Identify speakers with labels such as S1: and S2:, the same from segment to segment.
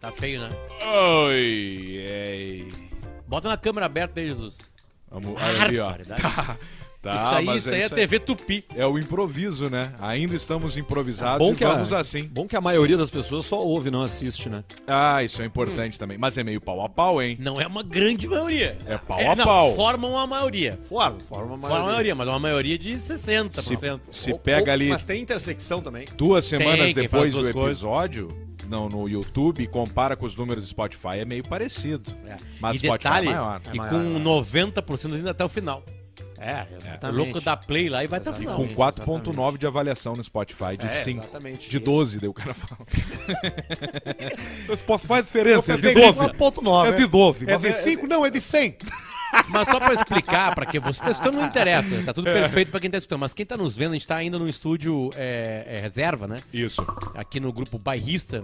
S1: Tá feio, né?
S2: Oi, ei.
S1: Bota na câmera aberta aí, Jesus.
S2: Vamos, aí, ali, ó.
S1: Barbaridade.
S2: Tá, tá,
S1: isso aí,
S2: mas
S1: isso aí é
S2: isso aí.
S1: TV Tupi.
S2: É o improviso, né? Ainda estamos
S3: Tá,
S1: Tá
S2: improvisados
S4: Bom
S2: e
S1: é
S4: que,
S2: vamos
S4: a,
S2: assim.
S4: bom que a maioria das pessoas só ouve, não assiste, né?
S2: Ah, isso é importante também. Mas é meio pau a pau, hein?
S1: Não é uma grande maioria.
S2: É pau
S1: É,
S2: a
S1: não,
S2: pau.
S1: formam a maioria.
S4: Forma, forma
S1: Formam a maioria, mas é uma maioria de 60%.
S2: Se, se pega ali
S4: Mas tem intersecção também.
S2: duas semanas
S1: quem faz
S2: depois do
S1: duas coisas.
S2: episódio, não, no YouTube, e compara com os números do Spotify, é meio parecido.
S1: É.
S2: Mas
S1: e
S2: Spotify
S1: detalhe,
S2: é maior.
S1: e
S4: É maior,
S1: com
S4: né?
S1: 90% ainda até o final.
S4: É,
S1: O
S4: exatamente.
S1: louco dá play lá e vai até o
S4: E
S1: final.
S2: Com
S4: Exatamente.
S2: 4.9 de avaliação no Spotify, de
S4: É,
S2: 5.
S4: exatamente.
S2: De 12, daí o cara fala. o Spotify faz
S3: Eu
S2: diferença, é
S3: pensei
S2: de
S3: que
S2: 12.
S3: era 1.9.
S2: É de 12.
S3: É de 5? Não, é de 100.
S1: Mas só pra explicar, pra quem você tá escutando, não interessa. Tá tudo
S2: É.
S1: perfeito pra quem tá escutando. Mas quem tá nos vendo, a gente tá ainda no estúdio é, é, reserva, né?
S2: Isso.
S1: Aqui no grupo Bairrista.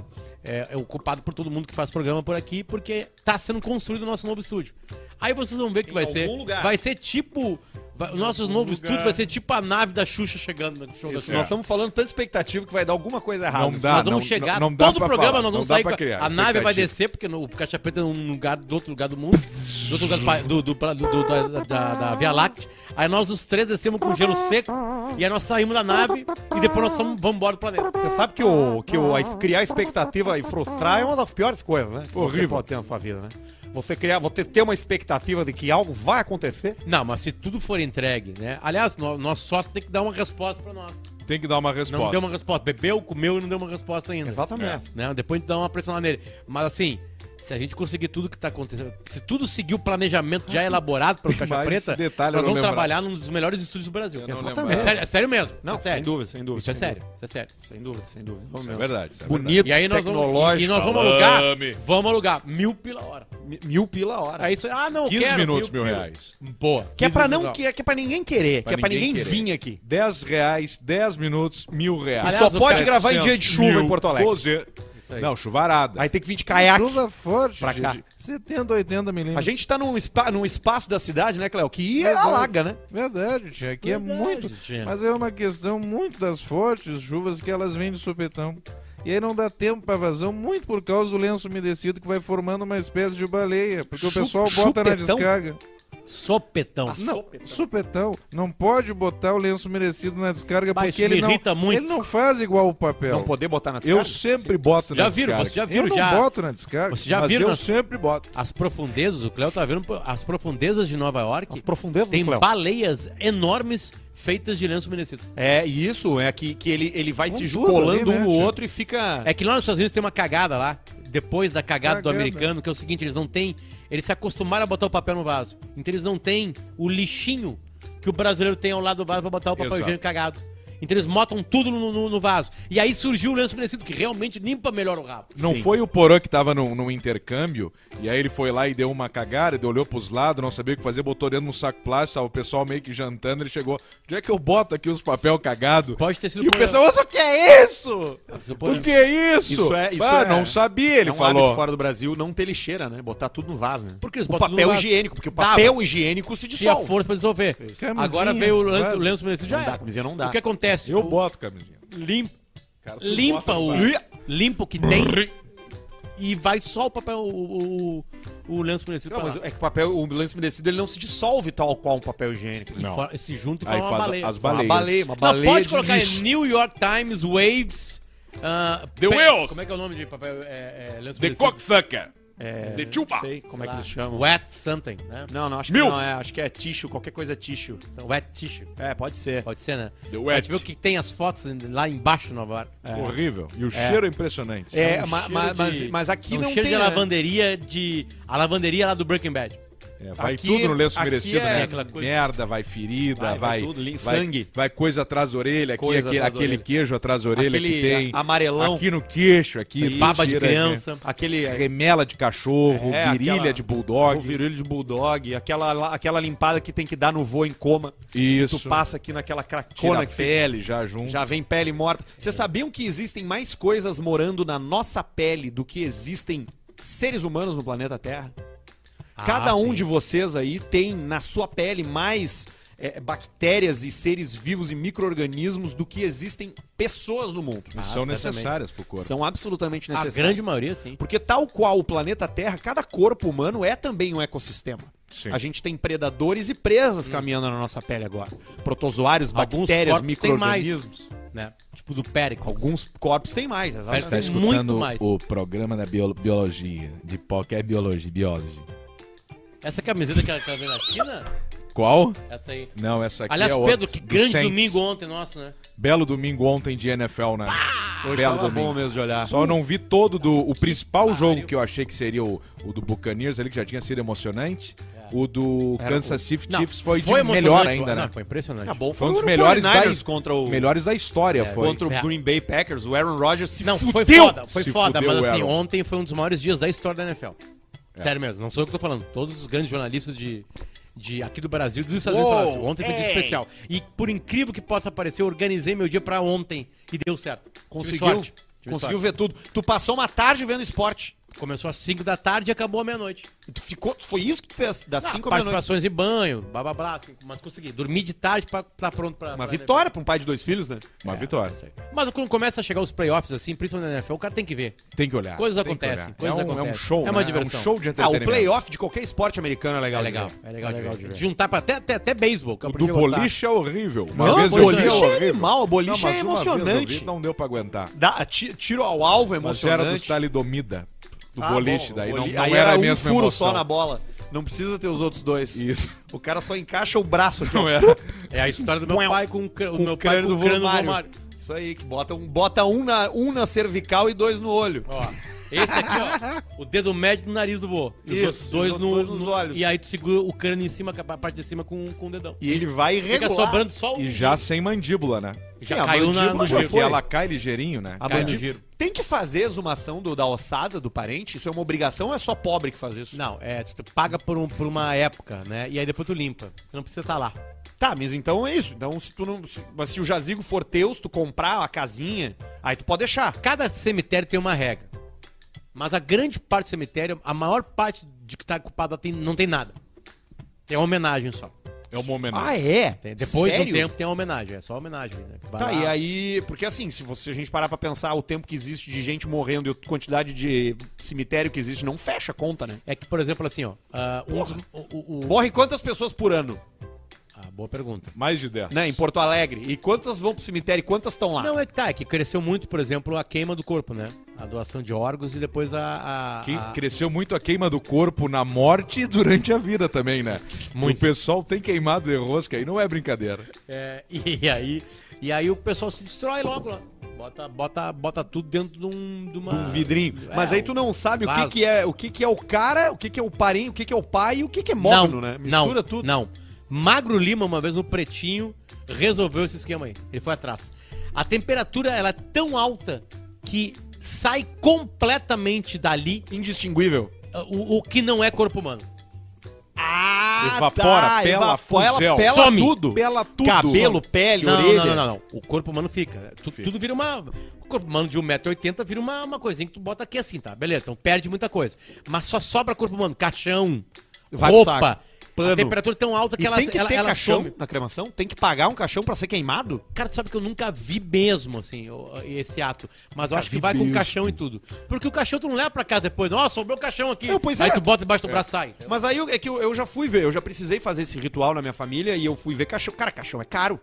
S1: É, é ocupado por todo mundo que faz programa por aqui, porque tá sendo construído o nosso novo estúdio. Aí vocês vão ver que vai
S4: algum
S1: ser.
S4: lugar.
S1: Vai ser tipo. Vai, o nosso novo estúdio vai ser tipo a nave da Xuxa chegando no show da
S4: Isso, é.
S1: Xuxa.
S4: nós estamos falando tanta expectativa que vai dar alguma coisa errada.
S2: Não dá.
S1: nós vamos
S2: Ah, não-
S1: chegar,
S2: não- não dá
S1: todo
S2: pra
S1: o programa
S2: falar,
S1: nós vamos
S2: não
S1: sair
S2: dá
S1: com
S2: pra
S1: a,
S2: criar
S1: a nave vai
S2: expectativa.
S1: descer, porque no- o Caixa Preta é um lugar do outro lugar do mundo, do outro lugar do pa- do, do, pra- do- do- da, da- da Via Láctea. Aí nós os três descemos com gelo seco, e aí nós saímos da nave, e depois nós somos- vamos embora do planeta.
S3: Você sabe que, o, que o, a- criar expectativa e frustrar é uma das piores coisas, né? Que Você
S2: Horrível.
S3: pode ter na sua vida, né? Você criar, você ter uma expectativa de que algo vai acontecer.
S1: Não, mas se tudo for entregue, né? Aliás, no, nosso sócio tem que dar uma resposta pra nós.
S2: Tem que dar uma
S1: Não
S2: resposta.
S1: deu uma resposta. Bebeu, comeu e não deu uma resposta ainda.
S3: Exatamente.
S1: né? Depois a gente dá uma pressionada nele. Mas assim, se a gente conseguir tudo que tá acontecendo, se tudo seguir o planejamento já elaborado pelo Caixa
S2: Mais
S1: Preta,
S2: detalhe eu
S1: nós
S2: não
S1: vamos
S2: lembrava.
S1: trabalhar num dos melhores estúdios do Brasil.
S2: Eu não
S3: Exatamente.
S1: É
S2: lembrava.
S1: sério, é sério mesmo.
S4: Não,
S1: é sério.
S4: sem dúvida, sem dúvida.
S1: Isso é
S4: sem
S1: sério, isso é sério.
S4: dúvida, Sem dúvida, sem dúvida. Vamos
S2: Isso é
S4: mesmo.
S2: verdade. isso é verdade.
S4: Bonito,
S1: E aí nós vamos,
S4: tecnológico.
S1: e- e nós vamos
S2: Falame.
S1: alugar, vamos alugar mil pela hora.
S4: Mi- Mil pila a hora.
S1: Aí isso, ah não, eu
S2: 15
S1: quero
S2: minutos, mil
S1: pila.
S2: reais.
S1: Boa.
S3: Que é
S1: 15
S3: pra
S1: minutos,
S3: não,
S1: ó.
S3: que é, que é pra ninguém querer,
S2: Pra
S3: que é pra ninguém,
S2: ninguém querer.
S3: vir aqui.
S2: 10 reais, 10 minutos, mil reais.
S1: Aliás,
S3: só pode
S1: os
S3: gravar em dia de
S2: 700
S3: chuva em
S2: mil,
S3: Porto Alegre.
S2: 12.
S1: Isso aí.
S2: Não, chuvarada.
S3: Aí tem que vir de caiaque.
S2: Chuva forte,
S3: Pra cá.
S2: gente. 70, 80
S3: A
S2: milímetros.
S3: gente tá num, spa- num espaço da cidade, né, Cléo? Que
S2: Mas,
S3: alaga, né?
S2: Verdade, tia. Aqui
S1: Verdade,
S2: é muito.
S1: tia.
S2: Mas é uma questão muito das fortes chuvas que elas vêm de supetão. E aí não dá tempo pra vazão, muito por causa do lenço umedecido que vai formando uma espécie de baleia. Porque
S3: Chu-
S2: o pessoal bota na
S3: chupetão?
S2: descarga.
S1: Sopetão.
S2: Não, supetão. Não pode botar o lenço umedecido na descarga
S1: Bah, isso
S2: porque
S1: me
S2: ele não,
S1: irrita muito.
S2: ele não faz igual o papel.
S3: Não poder botar na
S2: Eu
S3: descarga?
S2: sempre boto
S1: Já
S2: na
S1: viram,
S2: descarga.
S1: vocês já viram,
S2: Eu não
S1: já-
S2: boto na descarga,
S1: Vocês já
S2: mas
S1: viram
S2: eu
S1: nas-
S2: sempre boto.
S1: As profundezas, o Cléo tá vendo as profundezas de Nova York.
S3: As profundezas do
S1: tem
S3: Cléo.
S1: baleias enormes feitas de lenço umedecido.
S3: É, e isso é que, que ele, ele vai
S2: Com
S3: se
S2: tudo
S3: colando
S2: ali,
S3: um
S2: né,
S3: no
S2: tio?
S3: outro e fica.
S1: É que lá nos Estados Unidos tem uma cagada lá, depois da cagada, do
S2: Cagada.
S1: americano, que é o seguinte, eles não têm. Eles se acostumaram a botar o papel no vaso. Então eles não têm o lixinho que o brasileiro tem ao lado do vaso pra botar o papel
S2: Exato.
S1: higiênico cagado. Então eles botam tudo no, no- no vaso. E aí surgiu o lenço umedecido, que realmente limpa melhor o rabo.
S2: Não foi o Porã que tava num, num intercâmbio, e aí ele foi lá e deu uma cagada, ele olhou pros lados, não sabia o que fazer, botou dentro num saco plástico, tava o pessoal meio que jantando, ele chegou, onde é que eu boto aqui os papel cagado?
S1: Pode ter sido
S2: E o
S1: Porã.
S2: pessoal, "Nossa, o que é isso?
S1: Porã.
S2: O que é isso?
S4: Isso é- isso
S2: ah,
S4: é-
S2: não sabia, ele
S4: é um
S2: falou.
S4: hábito fora do Brasil não ter lixeira, né? Botar tudo no vaso, né?
S1: Porque eles
S4: o
S1: botam
S4: papel
S1: no vaso.
S4: higiênico, porque o
S1: Dava.
S4: papel higiênico se
S1: Tinha
S4: dissolve.
S1: força pra dissolver.
S2: Camisinha,
S1: Agora veio o lenço,
S2: vaso.
S1: o lenço umedecido já
S4: Não dá,
S1: era.
S4: camisinha não dá.
S1: O que acontece?
S2: Eu
S1: O-
S2: boto, camisinha.
S1: limpa,
S2: Cara, tu
S1: limpa
S2: bota
S1: o
S2: no vaso.
S1: limpa o que tem e vai só o papel o, o, o lenço umedecido
S4: Não,
S1: pra
S4: mas
S1: lá.
S4: é que o papel, o lenço umedecido, ele não se dissolve tal qual um papel higiênico.
S1: E
S4: Não.
S1: fora- se junta e
S2: Aí
S1: forma uma
S2: faz
S1: baleia.
S2: as
S4: Uma
S2: baleias.
S4: baleia, uma
S1: Não,
S4: baleia
S1: pode
S4: de
S1: colocar
S4: lixo.
S1: aí New York Times, Waves, ah,
S2: The
S1: pe-
S2: Whales.
S1: Como é que é o nome de papel? É, é, lenço
S2: The
S1: umedecido?
S2: cocksucker.
S4: É,
S2: De
S4: Não
S2: chupa.
S4: sei como é que
S1: Lá,
S4: eles chamam.
S1: Wet something, né?
S4: Não, não, acho
S2: Milf.
S4: que não é. Acho que é tixo, qualquer coisa é tixo.
S1: Então, Wet tissue.
S4: É, pode ser.
S1: Pode ser, né?
S2: The
S1: A gente
S2: wet.
S1: viu que tem as fotos lá embaixo no Nova York.
S2: Horrível. E o cheiro é impressionante.
S4: É,
S1: um
S4: ma-
S1: cheiro
S4: ma-
S1: de-
S4: mas, mas aqui
S1: É um
S4: não
S1: cheiro
S4: tem.
S1: de
S4: né?
S1: lavanderia de... A lavanderia lá do Breaking Bad.
S2: É, vai
S4: Aqui-
S2: tudo no lenço
S4: aqui
S2: merecido,
S4: é
S2: né?
S1: aquela coisa-
S2: Merda, vai ferida,
S4: Vai,
S2: vai,
S4: vai tudo, lim- sangue.
S2: vai coisa atrás da orelha, aqui,
S4: Coisa
S2: aquele,
S4: atrás da
S2: aquele
S4: orelha.
S2: queijo atrás da orelha
S4: Aquele
S2: que tem.
S4: a- amarelão.
S2: Aqui no queixo, aqui.
S4: Isso,
S1: Baba de
S2: cheira,
S1: criança.
S4: Aquele.
S2: né? Remela de cachorro,
S4: É,
S2: virilha
S4: aquela-
S2: de
S4: O
S2: bulldog.
S4: virilho de bulldog, aquela, la- aquela limpada que tem que dar no voo em coma.
S2: Isso.
S4: Tu passa aqui naquela
S2: Tira
S4: cracona
S2: a
S4: que
S2: pele já junto.
S4: Já vem pele morta. Vocês sabiam que existem mais coisas morando na nossa pele do que existem seres humanos no planeta Terra? Cada
S1: Ah,
S4: um
S1: sim.
S4: de vocês aí tem na sua pele mais é, bactérias e seres vivos e micro-organismos do que existem pessoas no mundo. é um
S2: E são
S1: certamente.
S2: necessárias pro corpo.
S4: São absolutamente
S1: Ah, A
S4: necessários.
S1: grande maioria, sim.
S4: Porque tal qual o planeta Terra, cada corpo humano é também um ecossistema.
S2: Sim.
S4: A gente tem predadores e presas caminhando na nossa pele agora. Protozoários, bactérias,
S1: corpos têm mais.
S4: micro-organismos.
S1: Né? Tipo do Péricles.
S4: Alguns corpos têm mais,
S1: Certo.
S4: exatamente.
S1: Tá escutando Muito mais. o
S2: programa da biologia, de qualquer biologia, biologia.
S1: Essa camiseta que ela que ela veio da China?
S2: Qual?
S1: Essa aí.
S2: Não, essa aqui
S1: Aliás,
S2: é outra,
S1: Pedro, que
S2: do
S1: grande
S2: Saints.
S1: domingo ontem, nosso, né?
S2: Belo domingo ontem de NFL, né? Belo
S4: Tá
S3: Hoje
S4: né?
S3: tava
S2: domingo.
S3: bom mesmo de olhar.
S2: Só eu não vi todo do. O principal jogo que eu achei que seria o, o do Buccaneers ali, que já tinha sido emocionante. O do Kansas City Chiefs foi, de melhor
S1: É. emocionante,
S2: ainda,
S1: não,
S2: né?
S1: Foi impressionante.
S4: Ah, bom,
S2: Foi um dos
S4: o
S2: melhores
S4: 49ers
S2: da-
S4: contra o,
S2: Melhores da história
S1: É,
S2: foi.
S4: contra o Green Bay Packers. O Aaron Rodgers se
S1: Não, foi
S4: fudeu.
S1: foda, foi
S2: Se
S1: foda,
S2: fudeu,
S1: mas assim,
S2: Aaron.
S1: ontem foi um dos maiores dias da história da NFL. Sério mesmo, não sou eu que tô falando. Todos os grandes jornalistas de, de aqui do Brasil, dos Estados Unidos,
S4: Uou,
S1: falaram assim, ontem foi um dia
S4: ei.
S1: especial. E por incrível que possa parecer, eu organizei meu dia pra ontem e deu certo. Tive
S4: Conseguiu,
S1: sorte, tive
S4: conseguiu
S1: sorte.
S4: ver tudo. Tu passou uma tarde vendo esporte.
S1: Começou às 5 da tarde e acabou à meia-noite.
S4: Tu ficou, foi isso que tu fez? Das
S1: Ah,
S4: 5 à meia-noite.
S1: participações e banho, blá blá blá, assim, mas consegui. Dormi de tarde pra estar pronto pra. pra
S4: Uma vitória pra um pai de dois filhos, né?
S2: Uma
S1: É,
S2: vitória.
S1: NFL. Mas quando começa a chegar os playoffs, assim, principalmente na NFL, o cara tem que ver.
S2: Tem que olhar.
S1: Coisas
S2: tem que
S1: acontecem,
S2: olhar.
S1: coisas
S2: é, um, é um
S1: acontecem.
S2: show,
S1: É uma
S2: né?
S1: diversão.
S2: É um show de
S4: Ah, o
S2: entretenimento.
S4: playoff de qualquer esporte americano é legal.
S1: É
S4: de
S1: legal,
S4: ver.
S1: é legal, de ver.
S4: de ver.
S1: Juntar pra, até, até, até beisebol, que eu
S2: Do
S1: aprendi a gostar.
S2: boliche é horrível. Uma
S4: Não,
S2: vez eu vi,
S4: boliche
S2: horrível.
S4: é animal, boliche
S2: Não,
S4: é
S2: mas uma vez eu vi,
S4: emocionante.
S2: não deu pra aguentar.
S4: Dá- ti- tiro ao alvo é
S2: Mas era
S4: emocionante.
S2: dos talidomida. Do
S4: Ah,
S2: boliche,
S4: bom,
S2: daí
S4: o
S2: não,
S4: boli-
S2: não
S4: aí
S2: era a
S4: um
S2: mesma
S4: furo
S2: emoção.
S4: só na bola. Não precisa ter os outros dois.
S2: Isso.
S4: O cara só encaixa o braço aqui. ó.
S2: Não era.
S1: É a história do meu
S4: Bué.
S1: pai com o cra- o
S4: um Com
S1: meu pai com o crânio do Romário.
S4: Isso aí, que bota um, bota um, na, um na cervical e dois no olho.
S1: Ó, esse aqui, ó, o dedo médio no nariz do vô. E os
S4: Isso,
S1: outros
S4: os
S1: dois,
S4: outros
S1: no,
S4: dois nos
S1: no-
S4: olhos.
S1: E aí tu segura o crânio em cima, é a parte de cima com, com o dedão.
S4: E ele vai
S1: Fica
S4: regular.
S1: sobrando só o...
S2: E já sem mandíbula, né?
S1: já
S4: Sim, a
S1: caiu na,
S4: mandíbula
S1: no
S4: já
S1: giro.
S2: Porque
S4: foi.
S2: ela cai ligeirinho, né?
S4: A
S1: Cai no
S4: mandi-
S1: giro.
S4: Tem que fazer exumação do, da ossada do parente? Isso é uma obrigação ou é só pobre que faz isso?
S1: Não, é, tu tu paga por, um- por uma época, né? E aí depois tu limpa. Tu não precisa estar lá.
S4: Tá, mas então é isso. Então, se tu não. se- mas se o jazigo for teu, se tu comprar a casinha, aí tu pode deixar.
S1: Cada cemitério tem uma regra. Mas a grande parte do cemitério, a maior parte de que tá ocupada tem, não tem nada. Tem uma homenagem só.
S2: É um momento.
S4: é?
S1: Tem- depois do
S4: Sério?
S1: tempo tem uma homenagem. É só homenagem, né? Vai
S4: Tá,
S1: lá,
S4: e aí, porque assim, se você- se a gente parar pra pensar o tempo que existe de gente morrendo e a quantidade de cemitério que existe, não fecha a conta, né?
S1: É que, por exemplo, assim, ó. ah, um dos- o, o- o-
S4: Morre quantas pessoas por ano,
S1: Ah, boa pergunta.
S2: Mais de 10.
S4: né, em Porto Alegre? E quantas vão pro cemitério e quantas estão lá?
S1: Não, é que tá, é que cresceu muito, por exemplo, a queima do corpo, né? A doação de órgãos e depois a. a-
S2: Que
S4: Ah.
S1: a-
S2: cresceu muito a queima do corpo na morte e durante a vida também, né?
S1: Muito.
S2: O pessoal tem queimado de rosca aí, não é brincadeira.
S1: é, e, aí, e aí o pessoal se destrói logo lá. Bota, bota, bota tudo dentro de, um, de uma.
S4: Um vidrinho. Mas aí tu não sabe o que,
S1: vaso.
S4: que é o que, que é o cara, o que, que é o parente, o que, que é o pai e o que, que é mogno, né? Mistura
S1: não,
S4: tudo.
S1: Não. Magro Lima, uma vez no Pretinho, resolveu esse esquema aí. Ele foi atrás. A temperatura ela é tão alta que sai completamente dali
S4: Indistinguível.
S1: ah, o, o que não é corpo humano.
S4: Ah,
S2: Evapora, pela
S4: ela
S2: fusel.
S4: pela
S1: Some.
S4: tudo.
S2: Pela tudo.
S4: Cabelo, pele,
S1: Não,
S4: orelha.
S1: não, não, não, não. O corpo humano fica. Tu- Tudo vira uma. O corpo humano de 1,80m vira uma, uma coisinha que tu bota aqui assim, tá? Beleza, então perde muita coisa. Mas só sobra corpo humano. Caixão,
S4: Vai pro
S1: roupa.
S4: saco. Pano.
S1: A temperatura é tão alta que
S4: E
S1: ela,
S4: tem que
S1: ela,
S4: ter
S1: ela
S4: caixão
S1: some.
S4: na cremação? Tem que pagar um caixão pra ser queimado?
S1: Cara, tu sabe que eu nunca vi mesmo, assim, o- esse ato. Mas eu acho que vai com caixão e tudo. Porque o caixão tu não leva pra cá depois. Ó, sobrou o caixão aqui.
S4: Não, pois
S1: Aí
S4: é.
S1: tu bota debaixo do braço e sai.
S4: Mas aí eu- é que eu, eu já fui ver, eu já precisei fazer esse ritual na minha família e eu fui ver caixão. Cara, caixão é caro.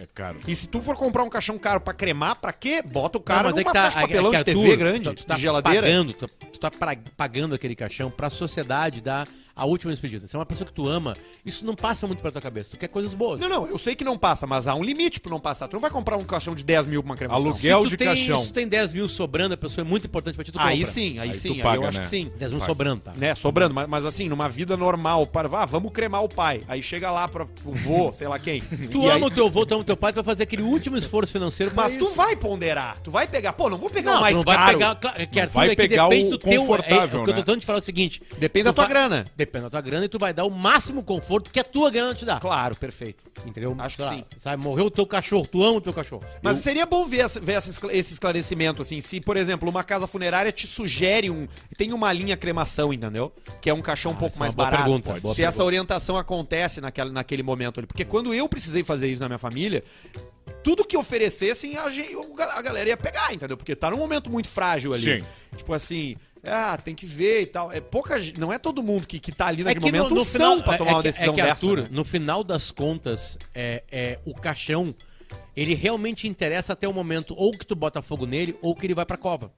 S2: É caro.
S4: E se tu for comprar um caixão caro pra cremar, pra quê? Bota o cara
S1: Não,
S4: numa
S1: é que
S4: caixa de
S1: é que-
S4: papelão
S1: é que
S4: de TV
S1: Arthur,
S4: grande,
S1: tu, tu tá
S4: de geladeira.
S1: Pagando, tu, tu tá pra- pagando aquele caixão pra sociedade dar a última despedida. Se é uma pessoa que tu ama, isso não passa muito pra tua cabeça. Tu quer coisas boas.
S4: Não, não, eu sei que não passa, mas há um limite pra não passar. Tu não vai comprar um caixão de 10 mil pra uma cremação.
S2: Aluguel.
S1: Se tu
S2: de
S1: tem,
S2: caixão.
S1: Se tu tem 10 mil sobrando, a pessoa é muito importante pra ti, tu
S4: Aí
S1: compra.
S4: sim, aí,
S2: Aí
S4: sim,
S2: tu
S4: aí
S2: paga,
S4: eu acho
S2: né?
S4: que sim.
S1: 10 mil sobrando, tá?
S4: Né, sobrando, mas, mas assim, numa vida normal, para, ah, vamos cremar o pai. Aí chega lá pra, pro vô, sei lá quem.
S1: Tu
S4: E
S1: ama
S4: aí-
S1: o teu avô, tu ama o teu pai tu vai fazer aquele último esforço financeiro pra
S4: Mas tu
S1: isso.
S4: vai ponderar, tu vai pegar. Pô, não vou pegar
S1: Não,
S4: o mais
S1: não vai
S4: caro.
S1: pegar. Claro, que Arthur,
S2: vai
S1: é que
S2: pegar
S1: depende
S2: o
S1: do teu,
S2: confortável,
S1: é, o que eu tô
S2: né?
S1: tentando te falar é o seguinte.
S4: Depende
S1: tu
S4: da tua
S1: vai-
S4: grana.
S1: Depende da tua grana e tu vai dar o máximo conforto que a tua grana te dá.
S4: Claro, perfeito.
S1: Entendeu?
S4: Acho que
S1: Sei lá,
S4: sim.
S1: Sabe, morreu o teu cachorro, tu ama o teu cachorro.
S4: Mas seria bom ver, essa- ver essa escla- esse esclarecimento, assim. Se, por exemplo, uma casa funerária te sugere um. Tem uma linha cremação, entendeu? Que é um caixão um pouco
S1: isso é
S4: mais
S1: uma boa
S4: barato.
S1: pergunta,
S4: se
S1: boa
S4: essa
S1: pergunta.
S4: orientação acontece naquela, naquele momento ali. Porque quando eu precisei fazer isso na minha família. Tudo que oferecessem, a, gen- o gal- a galera ia pegar, entendeu? Porque tá num momento muito frágil ali.
S2: Sim.
S4: Tipo assim, ah, tem que ver e tal. É pouca, ge- não é todo mundo que, que tá ali
S1: É
S4: naquele
S1: que no,
S4: momento
S1: no
S4: são
S1: final,
S4: pra
S1: é,
S4: tomar
S1: é
S4: uma
S1: que,
S4: decisão
S1: é que,
S4: dessa.
S1: Arthur,
S4: né?
S1: no final das contas, é, é, o caixão, ele realmente interessa até o momento ou que tu bota fogo nele ou que ele vai pra cova.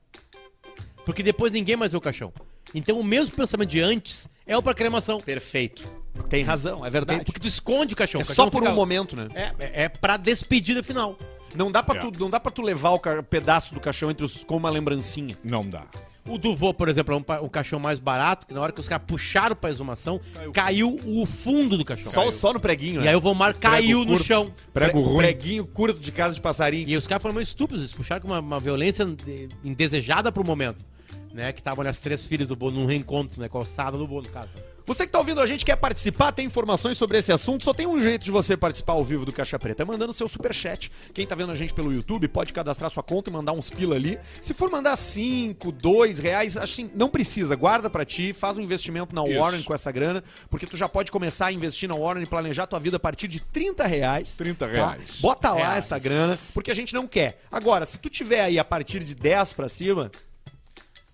S1: Porque depois ninguém mais vê o caixão. Então o mesmo pensamento de antes é o pra cremação.
S4: Perfeito. Tem razão, é verdade.
S1: Porque tu esconde o caixão.
S4: É
S1: o caixão
S4: só por
S1: fica-
S4: um momento, né?
S1: É, é, é pra despedida final.
S4: Não dá pra,
S2: É.
S4: tu, não dá pra tu levar o ca- pedaço do caixão entre os, com uma lembrancinha.
S2: Não dá.
S1: O Duvô, por exemplo, é um, pa- um caixão mais barato, que na hora que os caras puxaram pra exumação, caiu, o fundo do caixão.
S4: Só, né? só no preguinho,
S1: E aí o Vomar caiu no
S2: curto.
S1: chão.
S2: Prego
S4: Pre-
S2: ruim.
S4: Preguinho curto de casa de passarinho.
S1: E os caras foram meio estúpidos, eles puxaram com uma, uma violência de- indesejada pro momento. Né, que estavam ali as três filhas do Bono num reencontro, né? Com a alçada do Bono, no caso.
S4: Você que tá ouvindo a gente, quer participar, tem informações sobre esse assunto, só tem um jeito de você participar ao vivo do Caixa Preta, é mandando seu superchat. Quem tá vendo a gente pelo YouTube pode cadastrar sua conta e mandar uns pila ali. Se for mandar 5, 2 reais, assim, não precisa, guarda pra ti, faz um investimento na
S2: Isso.
S4: Warren com essa grana, porque tu já pode começar a investir na Warren e planejar tua vida a partir de 30 reais.
S2: 30 reais.
S4: Bota Bota lá
S1: É.
S4: essa grana, porque a gente não quer. Agora, se tu tiver aí a partir de 10 pra cima,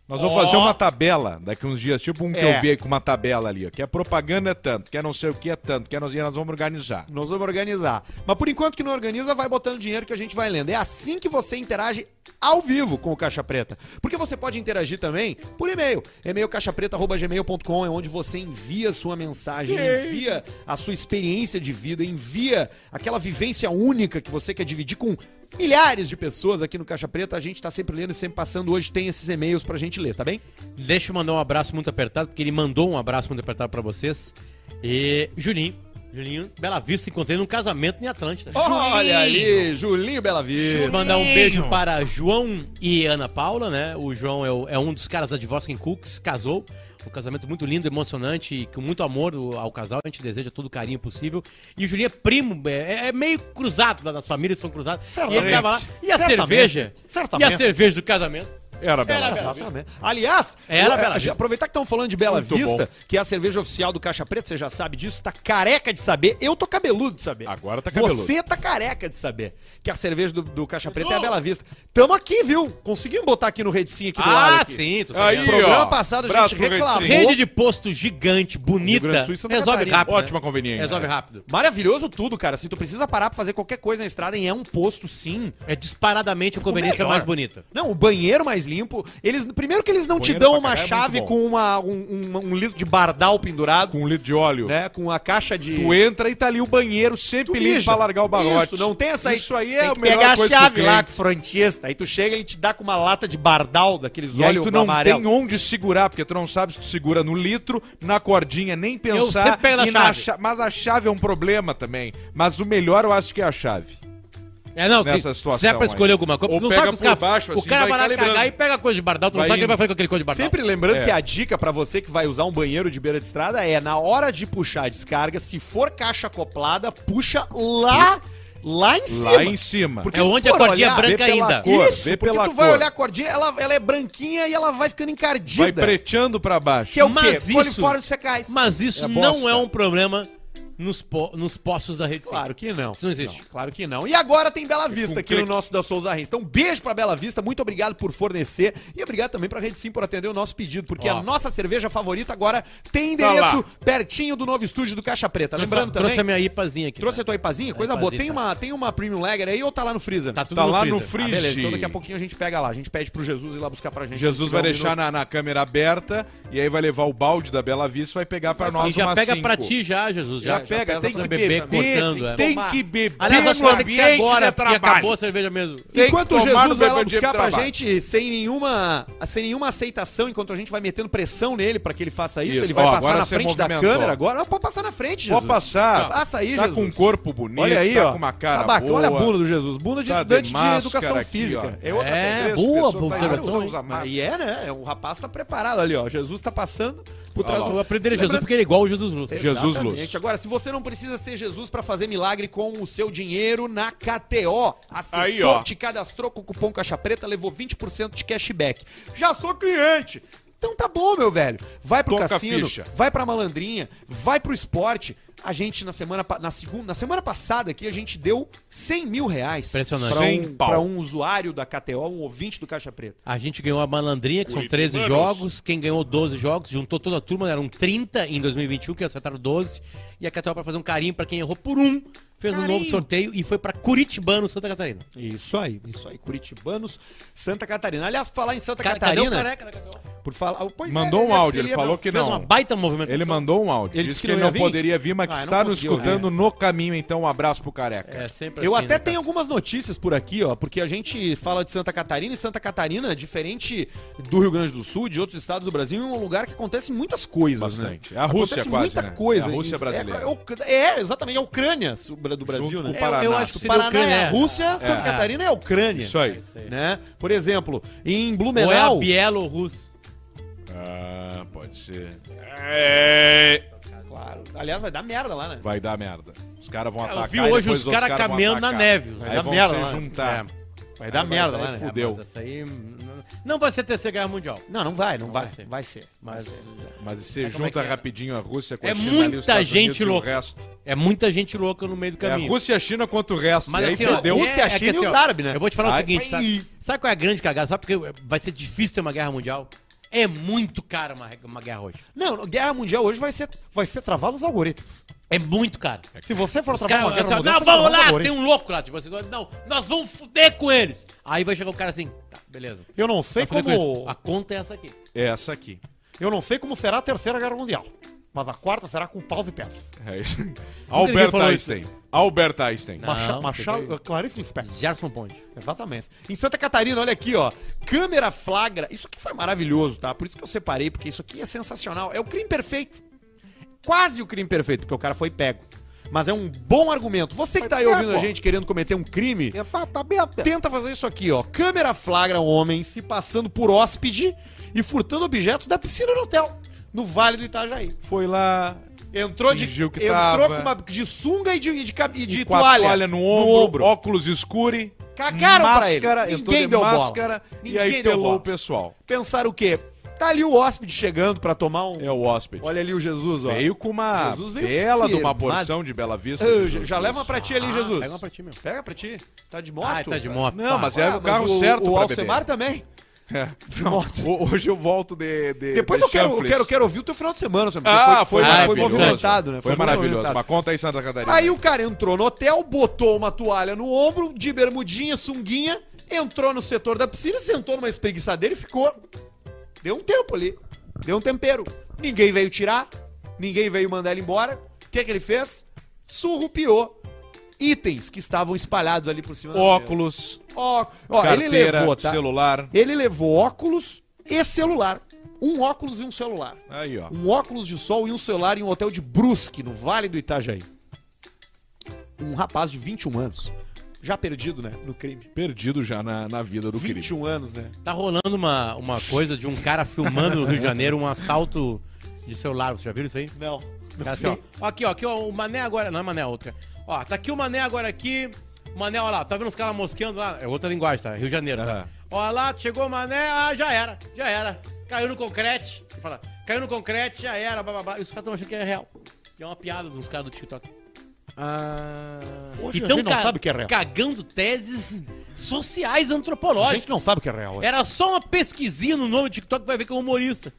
S2: Nós vamos fazer uma tabela daqui uns dias, tipo um que
S4: É.
S2: eu vi aí com uma tabela ali, ó. Que a propaganda é tanto, que é não sei o que é tanto, que é nós, e nós vamos organizar.
S4: nós vamos organizar. Mas por enquanto que não organiza, vai botando dinheiro que a gente vai lendo. É assim que você interage ao vivo com o Caixa Preta. Porque você pode interagir também por e-mail. E-mail caixapreta.gmail.com é onde você envia sua mensagem, envia a sua experiência de vida, envia aquela vivência única que você quer dividir com milhares de pessoas aqui no Caixa Preta. A gente tá sempre lendo e sempre passando. Hoje tem esses e-mails pra gente ler, tá bem?
S1: Deixa eu mandar um abraço muito apertado, porque ele mandou um abraço muito apertado pra vocês. E Julinho, Julinho, Bela Vista, encontrei num casamento em Atlântida.
S4: Olha ali, Julinho Bela
S1: Deixa eu
S4: Vista.
S1: Mandar um beijo para João e Ana Paula, né? O João é, o- é um dos caras da Divorce em Cooks, casou. Um casamento muito lindo, emocionante e com muito amor o- ao casal. A gente deseja todo o carinho possível. E o Julinho é primo, é, é meio cruzado, da- das famílias são cruzadas. E ele
S4: Certamente.
S1: tava lá. E a
S4: Certamente.
S1: cerveja?
S4: Certamente.
S1: E a cerveja do casamento?
S2: Era bela. É
S1: Bela
S4: Exatamente. Aliás,
S1: Era
S4: o-
S1: Bela
S4: a-
S1: Vista.
S4: aproveitar que estão falando de Bela
S2: Muito
S4: Vista,
S2: bom.
S4: que é a cerveja oficial do Caixa Preta, você já sabe disso, tá careca de saber. Eu tô cabeludo de saber.
S2: Agora tá cabeludo.
S4: Você tá careca de saber que a cerveja do, do Caixa Preta é a Bela Vista. Tamo aqui, viu? Conseguimos botar aqui no Redicinha aqui do ar.
S1: Ah,
S4: aqui.
S1: sim, tô
S2: Aí,
S1: sabendo.
S2: ó.
S4: Programa passado a
S2: Braço
S4: gente
S2: pro
S4: reclamou.
S2: Redicinha.
S1: Rede de posto gigante, bonita,
S4: Rio Grande do Sul e Santa
S1: resolve
S4: Catarina.
S1: rápido.
S2: Ótima
S1: né?
S2: conveniência.
S1: Resolve rápido.
S4: Maravilhoso tudo, cara. Assim, tu precisa parar pra fazer qualquer coisa na estrada e é um posto, sim.
S1: É disparadamente a conveniência
S4: melhor.
S1: mais bonita.
S4: Não, o banheiro mais limpo. Eles primeiro que eles não te
S2: Banheiro
S4: dão
S2: pra
S4: uma
S2: caralho é
S4: chave
S2: muito bom.
S4: com uma, um, um- um litro de bardal pendurado,
S2: Com um litro de óleo.
S4: né? Com a caixa de
S2: Tu entra e tá ali o banheiro
S4: Tu
S2: sempre
S4: mija.
S2: limpo pra largar o barrote.
S4: Isso, não tem essa
S2: Isso aí
S4: tem
S2: é
S4: que
S2: o melhor
S4: pegar a
S2: coisa
S4: chave
S2: pro
S4: lá
S2: cliente.
S4: com o frentista. Aí tu chega, ele te dá com uma lata de bardal daqueles
S2: E aí
S4: olhos
S2: tu não
S4: amarelo.
S2: tem um onde segurar, porque tu não sabe se tu segura no litro, na cordinha, nem pensar.
S1: sempre pego na
S2: e na
S1: chave.
S2: cha- Mas a chave é um problema também. Mas o melhor eu acho que é a chave.
S1: É, não,
S2: nessa
S1: se,
S2: situação
S1: se é pra escolher
S2: aí.
S1: alguma coisa,
S2: Ou
S1: tu não
S2: pega
S1: sabe que os
S2: por
S1: caras.
S2: baixo,
S1: o
S2: assim,
S1: cara
S2: vai
S1: vai lá
S2: calibrando.
S1: cagar e pega a coisa de bardal, tu não
S2: Vai
S1: sabe o que ele
S2: indo.
S1: vai fazer com aquele coisa de bardal.
S4: Sempre lembrando
S2: É.
S4: que a dica pra você que vai usar um banheiro de beira de estrada é na hora de puxar a descarga, se for caixa acoplada, puxa lá, lá em cima.
S2: Lá em cima.
S1: É
S4: se
S1: onde
S4: for
S1: a cordinha
S4: olhar-
S1: branca
S2: vê pela
S1: ainda.
S2: cor.
S4: Isso,
S2: vê
S4: porque
S2: pela
S4: tu vai
S2: cor.
S4: olhar a cordinha, ela, ela é branquinha e ela vai ficando encardida.
S2: Vai preteando pra baixo.
S4: Que é o
S1: Mas
S4: quê?
S1: isso-
S4: Coliformes fecais.
S1: Mas isso
S2: É bosta.
S1: não é um problema nos, po nos postos da rede Sim.
S4: Claro que não.
S1: Isso não existe. É
S4: Claro que não. E agora tem Bela Vista
S2: com
S4: aqui no
S2: clique.
S4: nosso da Souza Reis. Então, beijo pra Bela Vista, muito obrigado por fornecer e obrigado também pra Rede Sim por atender o nosso pedido, porque
S1: Ó.
S4: a nossa cerveja favorita agora tem
S2: Tá
S4: endereço
S2: lá.
S4: pertinho do novo estúdio do Caixa Preta. Lembrando
S1: trouxe a
S4: também,
S1: minha IPAzinha aqui.
S4: trouxe a
S1: tá?
S4: tua ipazinha, coisa
S1: Ipazinha,
S4: boa. Tem
S1: tá.
S4: uma, tem uma Premium Lager aí ou tá lá no freezer?
S1: Tá tudo
S2: tá
S1: no
S2: lá
S1: freezer.
S2: no
S4: Ah,
S2: fridge.
S4: beleza, então daqui a pouquinho a gente pega lá. A gente pede pro Jesus ir lá buscar pra gente. um
S2: Jesus vai deixar
S4: na...
S2: na, na câmera aberta e aí vai levar o balde da Bela Vista e vai pegar pra nós
S1: E Assim, já
S4: Assim,
S2: umas
S1: pega
S2: cinco.
S1: pra ti já, Jesus. Já,
S2: Já
S4: já
S3: pega,
S4: pesa
S3: tem que
S1: pra
S3: beber,
S1: beber cortando, é.
S3: tem
S4: Tomar.
S3: que beber
S1: Aliás, acho
S3: no
S1: que vai ter que ser
S3: ambiente
S1: agora,
S3: de
S1: porque
S3: trabalho.
S1: acabou a cerveja mesmo.
S2: Tem que
S4: enquanto
S2: tomar no
S4: Jesus vai lá
S2: meu dia de
S4: buscar pra
S2: trabalho.
S4: gente sem nenhuma, sem nenhuma aceitação, enquanto a gente vai metendo pressão nele pra que ele faça isso,
S2: Isso,
S4: ele vai
S2: ó,
S4: passar
S2: agora
S4: na
S2: você
S4: frente da
S2: movimentou.
S4: câmera agora. Pode passar na frente, Jesus.
S2: Pode passar.
S4: Passa aí,
S2: tá
S4: Jesus.
S2: com um corpo bonito,
S4: Olha aí,
S2: tá
S4: ó.
S2: com uma cara
S4: Tá bacana.
S2: boa.
S4: Olha a bunda do Jesus. Bunda de
S2: Tá de
S4: estudante de,
S2: máscara
S4: educação
S2: aqui,
S4: física.
S2: ó.
S4: É outra
S1: É,
S4: beleza.
S1: boa,
S2: pessoa
S1: boa
S2: tá-
S1: observação,
S2: Claro, usa-
S1: hein?
S2: usa máscara.
S4: Aí é, né? O rapaz tá preparado ali, ó. Jesus tá passando por trás
S1: Eu
S4: do...
S1: aprendi Jesus porque ele é igual o Jesus Luz.
S2: Jesus Luz.
S4: Exatamente. Agora, se você não precisa ser Jesus pra fazer milagre com o seu dinheiro na KTO, acessou,
S2: Aí, ó.
S4: te cadastrou com o cupom Caixa Preta, levou 20% de cashback. Já sou cliente! Então tá bom, meu velho. Vai pro
S2: Toca a
S4: cassino,
S2: ficha.
S4: vai pra malandrinha, vai pro esporte. A gente, na semana, pa- na segunda, na semana passada aqui, a gente deu 100 mil reais
S1: Impressionante.
S4: pra
S2: Cem
S4: um,
S2: pau.
S4: pra um usuário da KTO, um ouvinte do Caixa Preta.
S1: A gente ganhou a malandrinha, que são
S2: Oito
S1: 13
S2: anos.
S1: jogos. Quem ganhou 12 jogos, juntou toda a turma, eram 30 em 2021, que acertaram 12. E a Cateó, pra fazer um carinho pra quem errou por um, fez um novo sorteio e foi pra Curitibano, Santa Catarina.
S4: Isso aí, isso aí. Curitibanos, Santa Catarina. Aliás, falar em Santa
S1: Ca- cadê o
S4: Catarina.
S1: careca da Cateó?
S4: Por falar. oh, pois
S2: Mandou um áudio, ele
S4: é
S2: falou
S4: meu-
S2: que
S1: Fez
S2: não.
S1: uma baita movimentação.
S2: Ele mandou um áudio.
S4: Ele
S2: disse
S4: disse que
S2: que ele não
S4: não ia vir?
S2: podevir vir, mas
S4: Ah,
S2: que
S4: não
S2: está nos
S4: conseguiu,
S2: escutando no caminho, então um abraço pro careca.
S1: É, sempre
S4: Eu
S1: assim,
S4: até
S1: né,
S4: tenho
S1: cara?
S4: algumas notícias por aqui, ó, porque a gente fala de Santa Catarina e Santa Catarina, é diferente do Rio Grande do Sul, de outros estados do Brasil, é um lugar que acontece muitas coisas,
S2: Bastante.
S4: né?
S2: É a Rússia
S4: acontece
S2: quase,
S4: muita
S2: né?
S4: coisa.
S2: É a Rússia
S4: Isso.
S2: brasileira.
S4: É, é Uc- é, exatamente, é a Ucrânia do Brasil,
S2: Junto
S4: né?
S2: com
S1: Eu, eu
S2: Paraná.
S1: acho que seria
S4: Paraná
S1: Ucrânia.
S4: é a Rússia, Santa Catarina é a Ucrânia.
S2: Isso aí.
S4: Né? Por exemplo, em
S1: Ou é a
S4: Blumenau.
S1: Bielorrusso.
S2: Ah, pode ser. É...
S4: Claro. Aliás, vai dar merda lá, né?
S2: Vai dar merda. Os caras vão
S1: Cara, eu
S2: atacar.
S1: vi
S2: e
S1: hoje
S2: depois
S1: os
S2: outros
S1: caras
S2: caras vão
S1: caminhando na
S2: atacar.
S1: neve. Vai
S2: Aí
S4: dar
S2: vão
S4: merda
S2: se
S4: lá, né?
S2: juntar.
S4: Vai dar
S2: Aí
S4: merda
S2: vai-
S4: lá, né?
S2: Fudeu.
S1: Mas é- essa aí hum, não vai ser terceira guerra mundial.
S4: Não, não vai, não, vai.
S1: vai ser.
S4: Vai ser. Vai
S1: Mas
S4: ser.
S2: Mas assim, se
S1: Sabe como é
S2: junta
S1: que é?
S2: rapidinho a Rússia com
S1: É
S2: a China ali, os
S1: muita
S2: Estados
S1: gente
S2: Unidos e o
S1: louca.
S2: resto.
S1: é muita gente louca no meio do
S2: É a
S1: caminho.
S2: Rússia, a China quanto o resto.
S1: Mas
S2: e aí
S1: assim, ó,
S2: fudeu.
S4: Deu Rússia,
S1: é-
S4: a
S1: é que
S4: China e
S1: assim,
S4: os
S1: ó,
S4: árabes, né?
S1: Eu vou te falar o
S2: Ai,
S1: seguinte, sabe, sabe qual é a grande cagada? Sabe porque vai ser difícil ter uma guerra mundial? É muito caro uma, uma guerra hoje.
S4: Não, guerra mundial hoje vai ser, vai ser travar os algoritmos.
S1: É muito caro.
S4: Se você for
S1: Os caras, assim, ó, não,
S4: você vai
S1: vamos
S4: travar os
S1: lá, tem
S4: algoritmos.
S1: um louco lá, tipo assim, não, nós vamos fuder com eles. Aí vai chegar o cara assim, tá, beleza.
S4: Eu não sei
S1: Vai Ah. fuder com
S4: É como.
S1: eles. A conta é essa aqui.
S2: É essa aqui.
S4: Eu não sei como será a terceira guerra mundial. Mas a quarta será com paus e pedras.
S2: É isso.
S1: ninguém
S2: Albert
S1: falou isso.
S2: Einstein. Albert Einstein.
S1: Não.
S4: Macha, macha,
S1: você foi-
S4: Clarice Lispector.
S1: Gerson Ponte.
S4: Exatamente. Em Santa Catarina, olha aqui, ó. Câmera flagra. Isso aqui foi maravilhoso, tá? Por isso que eu separei, porque isso aqui é sensacional. É o crime perfeito. Quase o crime perfeito, porque o cara foi pego. Mas é um bom argumento. Você que tá aí
S3: é,
S4: ouvindo a
S3: pô.
S4: gente querendo cometer um crime,
S3: É, tá, tá bem, aberto.
S4: tenta fazer isso aqui, ó. Câmera flagra um homem se passando por hóspede e furtando objetos da piscina do hotel, no Vale do Itajaí.
S2: Foi lá.
S4: Entrou de
S2: Fingiu que
S4: entrou
S2: tava.
S4: com uma de sunga e de, e de, cab- e de
S2: com a
S4: toalha,
S2: no ombro, óculos escure.
S4: Cagaram pra
S2: máscara,
S4: ele.
S2: entrou
S4: Ninguém
S2: de
S4: deu bola.
S2: máscara e
S4: Ninguém
S2: aí
S4: deu
S2: pelou
S4: bola.
S2: o pessoal.
S4: Pensaram o quê? Tá ali o hóspede chegando pra tomar um
S2: É o hóspede.
S4: Olha ali o Jesus, ó.
S2: veio com uma
S4: Jesus veio
S2: bela de uma
S4: firmado.
S2: porção de Bela Vista.
S4: Ô,
S2: Jesus Ah,
S4: já, já
S2: Cristo.
S4: leva uma pra ti ali, Jesus.
S1: Ah, Pega uma pra ti, meu.
S4: Pega pra ti. Tá de moto?
S1: Ah, tá de moto.
S2: Não,
S1: Tá.
S2: mas é
S4: Ah,
S2: o carro
S4: o,
S2: certo
S4: O
S2: pra
S4: Alcemar também.
S2: beber. É.
S4: De moto.
S2: Ho- Hoje eu volto de. de-
S4: Depois
S2: de
S4: eu quero,
S2: chanfles.
S4: quero, quero ouvir o teu final de semana, Alcemar.
S2: Ah,
S4: porque
S2: foi,
S1: foi
S2: maravilhoso.
S4: movimentado, né?
S2: Foi,
S4: muito
S2: maravilhoso.
S4: movimentado.
S2: Mas conta aí, Santa Catarina.
S4: Aí o cara entrou no hotel, botou uma toalha no ombro, de bermudinha, sunguinha, entrou no setor da piscina, sentou numa espreguiçadeira e ficou. Deu um tempo ali. Deu um tempero. Ninguém veio tirar, ninguém veio mandar ele embora. O que, que ele fez? Surrupiou itens que estavam espalhados ali por cima das
S2: Óculos,
S4: mesas. Ó, ó, ele
S2: carteira,
S4: levou, tá?
S2: celular.
S4: Ele levou óculos e celular. Um óculos e um celular.
S2: Aí, ó.
S4: Um óculos de sol e um celular em um hotel de Brusque, no Vale do Itajaí. Um rapaz de 21 anos. Já perdido, né? No crime.
S2: Perdido já na, na vida do crime.
S4: 21 anos, né?
S1: Tá rolando uma, uma coisa de um cara filmando no Rio de Janeiro um assalto de celular. Vocês já viram isso aí?
S4: Não.
S1: Cara, assim, ó. Ó, Aqui, ó, aqui, ó, o Mané agora. Não é Mané, é outra. Ó, tá aqui o Mané agora aqui. O Mané, ó lá, tá vendo os caras mosqueando lá? É outra linguagem, tá? Rio de Janeiro, tá?
S2: Aham.
S1: Ó lá, chegou o Mané, ah, já era, já era. Caiu no concrete. Ele Fala, caiu no concrete, já era, blá, blá, blá. E os caras tão achando que é real. E é uma piada dos caras do TikTok.
S4: Hoje
S1: Então,
S4: a gente não
S1: ca-
S4: sabe o que é real.
S1: Cagando teses sociais
S4: A
S1: antropológicas.
S4: gente não sabe o que é real.
S1: Era só uma pesquisinha no nome do TikTok vai ver que é humorista.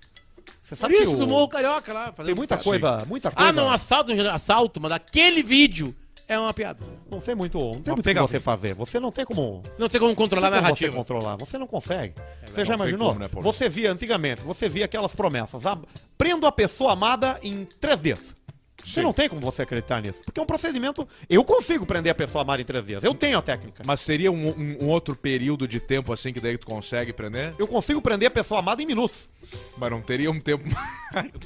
S4: Você
S1: Por
S4: sabe
S1: isso,
S4: o- Tá
S1: do Morro Carioca lá. fazendo
S4: Tem muita
S1: piada.
S4: coisa, muita coisa.
S1: Ah, não, assalto, assalto, mas aquele vídeo é uma piada.
S4: Não tem muito, não tem
S3: Não
S4: muito o
S3: tem
S4: que
S3: como.
S4: você fazer. Você não tem como...
S1: Não tem como controlar a
S4: não tem como você
S1: narrativa.
S4: controlar, você não consegue. você já
S2: não tem
S4: imaginou?
S2: como, né, Paulo?
S4: você via antigamente, você via aquelas promessas. ah, prendo a pessoa amada em três vezes. Você não tem como você acreditar nisso. Porque é um procedimento. Eu consigo prender a pessoa amada em três dias. Eu tenho a técnica.
S2: Mas seria um, um- um outro período de tempo assim que daí tu consegue prender?
S4: Eu consigo prender a pessoa amada em minutos.
S2: Mas não teria um tempo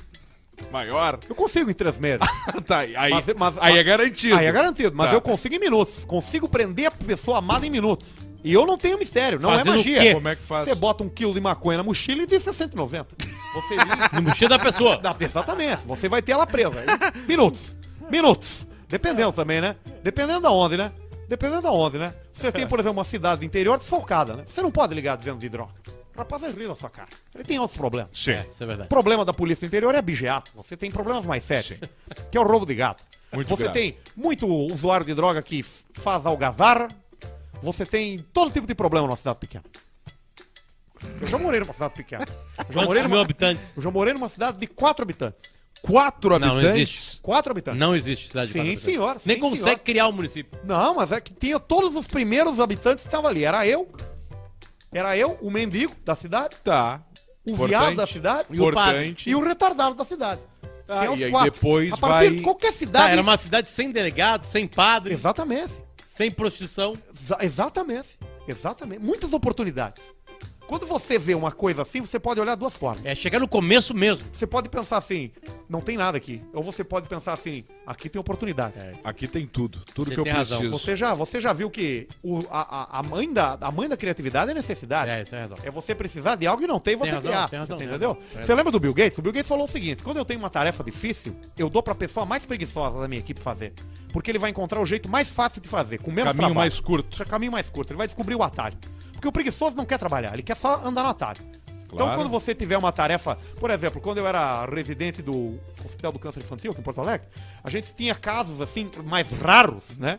S2: maior?
S4: Eu consigo em três meses.
S2: tá, aí,
S4: Mas- mas-
S2: aí é
S4: mas-
S2: garantido.
S4: Aí é garantido, mas
S2: Tá.
S4: eu consigo em minutos. Consigo prender a pessoa amada em minutos. E eu não tenho mistério, não
S1: Fazendo
S4: é
S1: o
S4: magia.
S1: quê?
S2: Como é que faz?
S4: Você bota um quilo de maconha na mochila e diz 690. Você diz-
S1: No mochila da pessoa.
S4: Dá- Exatamente, você vai ter ela presa. Em Minutos. Minutos. Dependendo também, né? Dependendo da onde, né? Dependendo da onde, né? Você tem, por exemplo, uma cidade do interior desfalcada, né? Você não pode ligar dizendo de droga. O rapaz vai rir na sua cara. Ele tem outros problemas.
S2: Sim.
S1: É, isso é
S4: O
S1: verdade.
S4: problema da polícia do interior é abigeato. Você tem problemas mais sérios, que é o roubo de gato.
S2: Muito
S4: você
S2: grave.
S4: tem muito usuário de droga que f- faz algazarra. Você tem todo tipo de problema numa cidade pequena. Eu já morei numa cidade pequena. Eu já morei
S1: Quantos mil
S4: numa,
S1: habitantes?
S4: eu já morei numa cidade de quatro habitantes.
S2: Quatro
S1: Não, não
S2: habitantes?
S1: existe.
S4: Quatro habitantes.
S1: Não existe cidade
S4: Sim,
S1: de quatro
S4: senhor,
S1: habitantes. Nem
S4: sim,
S1: consegue
S4: senhor.
S1: criar o município.
S4: Não, mas é que tinha todos os primeiros habitantes que estavam ali. Era eu, era eu, o mendigo da cidade,
S2: Tá.
S4: o
S2: Importante.
S4: viado da cidade
S1: E o padre?
S2: Importante.
S4: e o retardado da cidade.
S2: Tá,
S4: Tem os
S2: e aí
S4: quatro.
S2: depois
S4: A partir
S2: vai-
S4: de qualquer cidade...
S1: Tá, era uma cidade sem delegado, sem padre,
S4: Exatamente.
S1: sem prostituição.
S4: Exa- exatamente. Exatamente. Muitas oportunidades. Quando você vê uma coisa assim, você pode olhar duas formas.
S1: É chegar no começo mesmo.
S4: Você pode pensar assim, não tem nada aqui. Ou você pode pensar assim, aqui tem oportunidade.
S2: Aqui tem tudo. Tudo
S1: Você
S2: que eu
S1: tem razão.
S2: preciso.
S4: Você já, você já viu que o- a, a- a mãe da, a mãe da criatividade é necessidade.
S1: É, isso é razão.
S4: É você precisar de algo e não tem, você
S1: Tem razão,
S4: criar.
S1: tem razão, É
S4: você
S1: tem
S4: entendeu?
S1: razão, tem razão.
S4: Você lembra do Bill Gates? O Bill Gates falou o seguinte: quando eu tenho uma tarefa difícil, eu dou pra pessoa mais preguiçosa da minha equipe fazer. Porque ele vai encontrar o jeito mais fácil de fazer, com menos
S2: Caminho
S4: trabalho.
S2: mais curto.
S4: Esse é o caminho mais curto, ele vai descobrir o atalho. Porque o preguiçoso não quer trabalhar, ele quer só andar no atalho. Então,
S2: Claro.
S4: quando você tiver uma tarefa, por exemplo, quando eu era residente do Hospital do Câncer Infantil, aqui em Porto Alegre, a gente tinha casos assim, mais raros, né?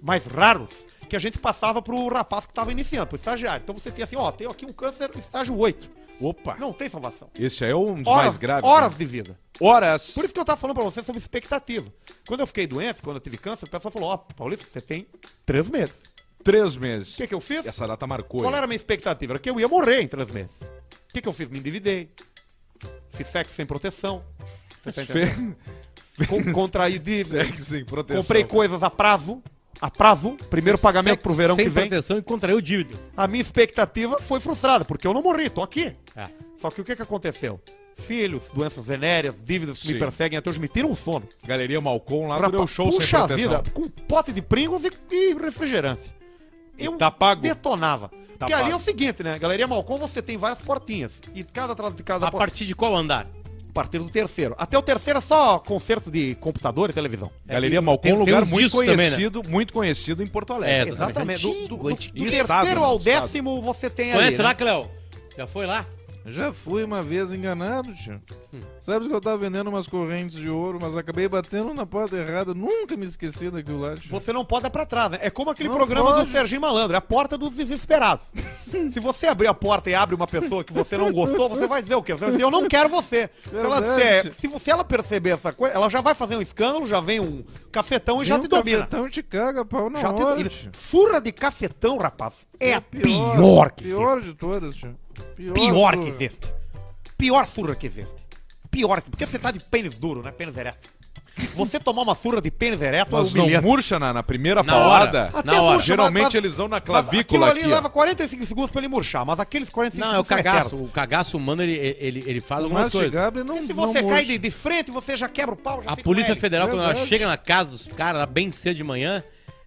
S4: Mais raros, que a gente passava pro rapaz que estava iniciando, pro estagiário. Então você tinha assim, ó, tenho aqui um câncer estágio 8.
S2: Opa.
S4: Não tem salvação.
S2: Esse aí é um dos
S4: Horas,
S2: mais graves.
S4: horas
S2: né?
S4: de vida.
S2: Horas.
S4: Por isso que eu tava falando pra você sobre expectativa. Quando eu fiquei doente, quando eu tive câncer, o pessoal falou, ó, Paulista, você tem três meses.
S2: Três meses.
S4: O que que eu fiz?
S2: Essa data marcou.
S4: Qual
S2: hein?
S4: era a minha expectativa? Era que eu ia morrer em três meses. O que, que eu fiz? Me endividei. Fiz sexo sem proteção. Você tá entendendo? Con- contraí dívida.
S2: Segue sem proteção.
S4: Comprei coisas a prazo. A prazo. Primeiro pagamento
S1: Sexo
S4: pro verão
S1: sem
S4: que vem.
S1: proteção e contraiu dívida.
S4: A minha expectativa foi frustrada, porque eu não morri, tô aqui.
S1: É.
S4: Só que o que, que aconteceu? Filhos, doenças venéreas, dívidas que
S2: Sim.
S4: me perseguem até hoje, me tiram o sono.
S2: Galeria Malcom lá
S4: Pra-
S2: tu deu show sem
S4: puxa
S2: proteção.
S4: vida, com um pote de Pringles e, e refrigerante. Eu
S2: tá pago. Tá
S4: detonava. Porque ali
S2: pago.
S4: é o seguinte, né? Galeria Malcom, você tem várias portinhas. E cada atrás de cada
S1: A
S4: porta.
S1: partir de qual andar?
S4: A partir do terceiro. Até o terceiro é só concerto de computador e televisão.
S2: Galeria
S1: tem-
S2: Malcom,
S1: tem
S2: um lugar
S1: uns
S2: muito
S1: discos também, né?
S2: conhecido, muito conhecido em Porto Alegre.
S1: É,
S4: Exatamente. Do, do-
S1: Antigo,
S4: do- do
S1: antigo.
S4: terceiro
S2: Estável,
S4: ao
S2: estável.
S4: décimo você tem ali.
S1: Conhece
S4: né?
S1: lá, Cleo? Já foi lá?
S2: Já fui uma vez enganado, tio. Sabe que eu tava vendendo umas correntes de ouro, mas acabei batendo na porta errada. Nunca me esqueci daquilo lá, tio.
S4: Você não pode dar pra trás, né? É como aquele
S2: Não
S4: programa
S2: pode.
S4: do Serginho Malandro, é a porta dos desesperados. Se você abrir a porta e abre uma pessoa que você não gostou, você vai dizer o quê? Você vai dizer, eu não quero você. Se ela,
S2: Verdade.
S4: disser, se você, ela perceber essa coisa, ela já vai fazer um escândalo, já vem um cafetão e já
S2: Vem
S4: te
S2: um
S4: domina.
S2: cafetão te caga, pau, na
S4: Já te
S2: hora,
S4: domina.
S2: tio.
S4: Surra de cafetão, rapaz, é, a pior, que
S2: Pior de todas, tio.
S4: existe. Pior
S2: de
S4: que
S2: todas.
S4: existe. Pior surra que existe. Pior que... Porque você tá de pênis duro, né? Pênis ereto. Você tomar uma surra de pênis ereto
S2: Mas
S4: é
S2: não
S4: humilhante.
S2: murcha na, na primeira
S1: Na hora.
S2: paulada.
S1: Na hora.
S4: murcha, mas-
S2: Geralmente
S4: mas-
S2: eles vão na
S4: Mas
S2: clavícula
S4: aquilo
S2: aqui.
S4: ali leva
S2: ó.
S4: 45 segundos pra ele murchar, mas aqueles 45
S1: Não, é o
S4: segundos
S1: cagaço.
S4: são eternos.
S1: O cagaço humano, ele, ele, ele faz
S2: O
S4: é
S1: algumas
S2: Márcio
S1: coisas.
S2: Gabriel não,
S4: Porque se
S2: não
S4: você cai
S2: murcha.
S4: de, de frente, você já quebra o pau, já
S1: A
S4: fica
S1: Polícia
S4: com ele.
S1: Federal, quando ela
S2: Verdade.
S1: chega na casa dos caras, lá bem cedo de manhã,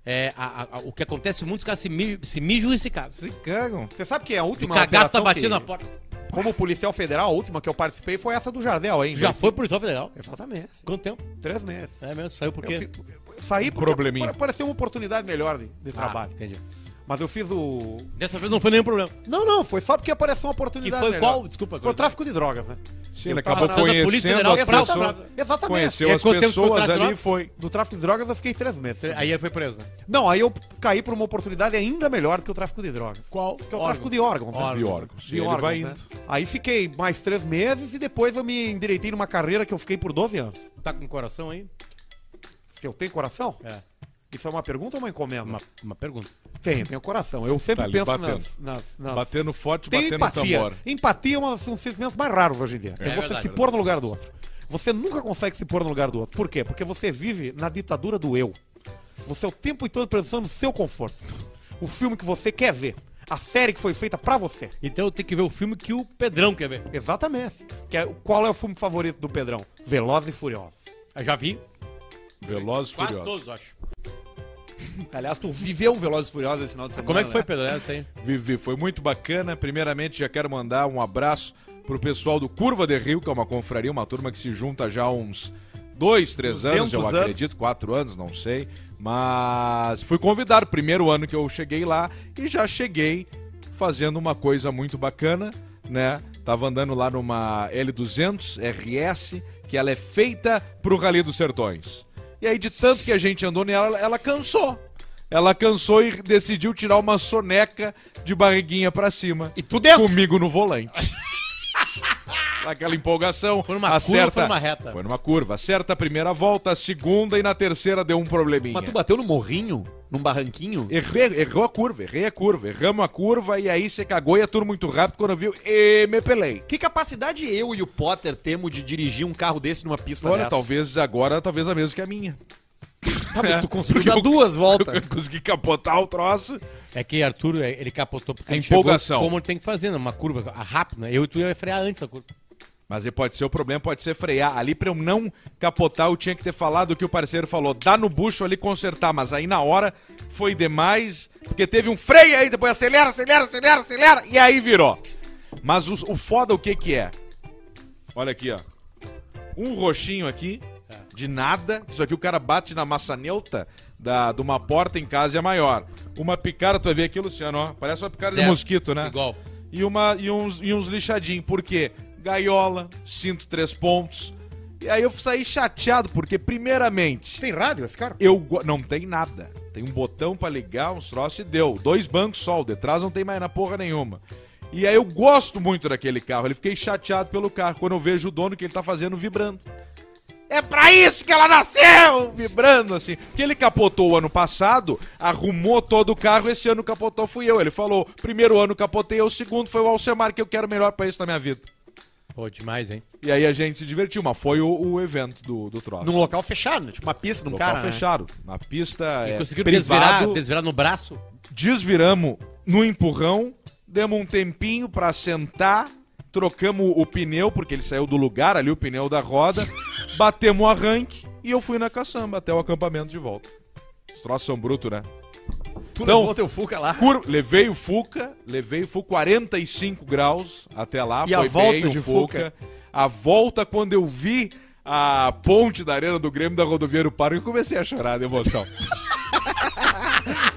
S1: é, a- a- a- o que acontece, muitos caras se, mi- se mijam e se cagam.
S2: Se cagam.
S4: Você sabe que é a
S1: O
S4: última
S1: cagaço tá
S4: operação
S1: batendo
S4: que-
S1: na porta.
S4: Como policial federal, a última que eu participei foi essa do Jardel, hein?
S1: Já foi policial federal.
S4: Exatamente.
S1: Quanto tempo?
S4: Três meses.
S1: É mesmo, saiu
S4: Eu
S1: porque... um
S4: fi- eu saí porque
S2: probleminha.
S4: pare- pareceu uma oportunidade melhor de,
S1: Ah,
S4: de trabalho.
S1: entendi.
S4: Mas eu fiz o...
S1: Dessa vez não foi nenhum problema.
S4: Não, não, foi só porque apareceu uma
S1: Que
S4: oportunidade
S1: foi
S4: melhor.
S1: qual? Desculpa.
S4: Foi o tráfico de drogas, né?
S2: Sim,
S4: Eu
S2: ele
S4: tava
S2: acabou
S4: na-
S1: da Polícia
S2: conhecendo
S1: Federal,
S2: as
S1: pra- pra-
S2: pessoas.
S4: Exatamente.
S2: Conheceu
S1: E aí,
S2: as
S1: quanto É, tempo tu
S2: pessoas
S1: contrata
S2: ali e
S1: droga?
S2: foi.
S4: Do tráfico de drogas eu fiquei três meses.
S1: Aí foi preso, né?
S4: Não, aí eu caí pra uma oportunidade ainda melhor do que o tráfico de drogas.
S1: Qual?
S4: Que é o tráfico de órgãos. né?
S1: Órgãos.
S2: De órgãos.
S4: De
S2: E ele
S4: órgãos,
S2: vai
S4: né?
S2: indo.
S4: Aí fiquei mais três meses e depois eu me endireitei numa carreira que eu fiquei por 12 anos.
S1: Tá com coração aí?
S4: Se eu tenho coração?
S1: É.
S4: Isso é uma pergunta ou uma encomenda?
S1: Uma, uma pergunta.
S4: Tenho, tenho coração. Eu
S2: Tá
S4: sempre
S2: ali
S4: penso
S2: batendo.
S4: nas... nas,
S1: né?
S4: nas...
S2: Batendo forte,
S4: Tenho
S2: batendo no
S4: empatia.
S2: tambor.
S4: Empatia é um dos sentimentos mais raros hoje em dia. É,
S1: É
S4: você
S1: verdade,
S4: se pôr no lugar do outro.
S3: Você nunca consegue se pôr no lugar do outro. Por quê? Porque você vive na ditadura do eu. Você é o tempo todo pensando no seu conforto. O filme que você quer ver. A série que foi feita pra você.
S1: Então eu tenho que ver o filme que o Pedrão quer ver.
S3: Exatamente. Que é- qual é o filme favorito do Pedrão? Velozes e Furiosos.
S1: Eu já vi
S2: Velozes e
S1: quase
S2: Furiosos.
S1: todos, eu acho.
S4: Aliás, tu viveu um Velozes e Furiosos esse final de semana.
S1: Como é que foi,
S4: né?
S1: Pedro? É isso aí.
S2: Vivi, foi muito bacana. Primeiramente, já quero mandar um abraço pro pessoal do Curva de Rio, que é uma confraria, uma turma que se junta já há uns dois, três anos, eu
S4: 200 anos.
S2: acredito, quatro anos, não sei. Mas fui convidado, primeiro ano que eu cheguei lá, e já cheguei fazendo uma coisa muito bacana, né? Tava andando lá numa L200 RS, que ela é feita pro Rally dos Sertões. E aí, de tanto que a gente andou nela, ela cansou. Ela cansou e decidiu tirar uma soneca de barriguinha pra cima.
S3: E tu dentro.
S2: Comigo no volante. Aquela empolgação.
S1: Foi numa curva
S2: acerta,
S1: ou foi numa reta?
S2: Foi numa curva. Acerta a primeira volta, a segunda e na terceira deu um probleminha.
S4: é. Mas tu bateu no morrinho? Num barranquinho?
S2: Errei, errou a curva, errei a curva, erramos a curva e aí você cagou e a turma muito rápido quando viu e me pelei.
S4: Que capacidade eu e o Potter temos de dirigir um carro desse numa pista
S2: Agora,
S4: dessa?
S2: talvez, agora, talvez a mesma que a minha.
S3: Tá,
S4: Ah, mas tu conseguiu dar duas voltas.
S2: Eu consegui capotar o troço.
S1: É que Arthur, é, ele capotou porque
S2: A
S1: ele chegou
S2: empolgação.
S1: como ele tem que fazer, né? Uma curva a- rápida. Eu e tu ia frear antes a curva.
S2: Mas aí pode ser o problema, pode ser frear. Ali pra eu não capotar, eu tinha que ter falado o que o parceiro falou. Dá no bucho ali, consertar. Mas aí na hora foi demais, porque teve um freio aí, depois acelera, acelera, acelera, acelera. E aí virou. Mas os- o, foda o que que é? Olha aqui, ó. Um roxinho aqui, de nada. Isso aqui o cara bate na maçaneta da, de uma porta em casa e é maior. Uma picara, tu vai ver aqui, Luciano, ó. Parece uma picara de
S1: Zero.
S2: mosquito, né?
S1: Igual.
S2: e, uma, e, uns, e uns lixadinhos. Por quê? Gaiola, cinto três pontos. E aí eu saí chateado, porque, primeiramente,
S3: Tem rádio esse cara?
S2: eu go- não tem nada. Tem um botão pra ligar, uns troços e deu. Dois bancos só, o de trás não tem mais na porra nenhuma. E aí eu gosto muito daquele carro. Ele fiquei chateado pelo carro quando eu vejo o dono que ele tá fazendo vibrando. É pra isso que ela nasceu! Vibrando assim. Porque ele capotou o ano passado, arrumou todo o carro, esse ano capotou fui eu. Ele falou: primeiro ano capotei, eu, o segundo foi o Alcemar, que eu quero melhor pra isso na minha vida.
S1: Pô, demais, hein?
S2: E aí a gente se divertiu, mas foi o, o evento do, do troço.
S3: Num local fechado, né? Tipo uma pista
S4: um
S3: num
S2: Local
S3: cara. né?
S2: fechado. Na pista.
S1: E
S2: é,
S1: conseguiram desvirar,
S2: privado,
S1: desvirar no braço?
S2: desviramos no empurrão, demos um tempinho pra sentar, trocamos o pneu, porque ele saiu do lugar ali, o pneu da roda, batemos o arranque e eu fui na caçamba até o acampamento de volta. Os troços são brutos, né?
S4: Tu
S2: Então-
S4: levou teu Fuca lá.
S2: Cur- Levei o Fuca, levei o Fuca 45 graus até lá.
S3: E a volta de
S2: A volta, quando eu vi a ponte da Arena do Grêmio da Rodoviária do Paro, eu comecei a chorar de emoção.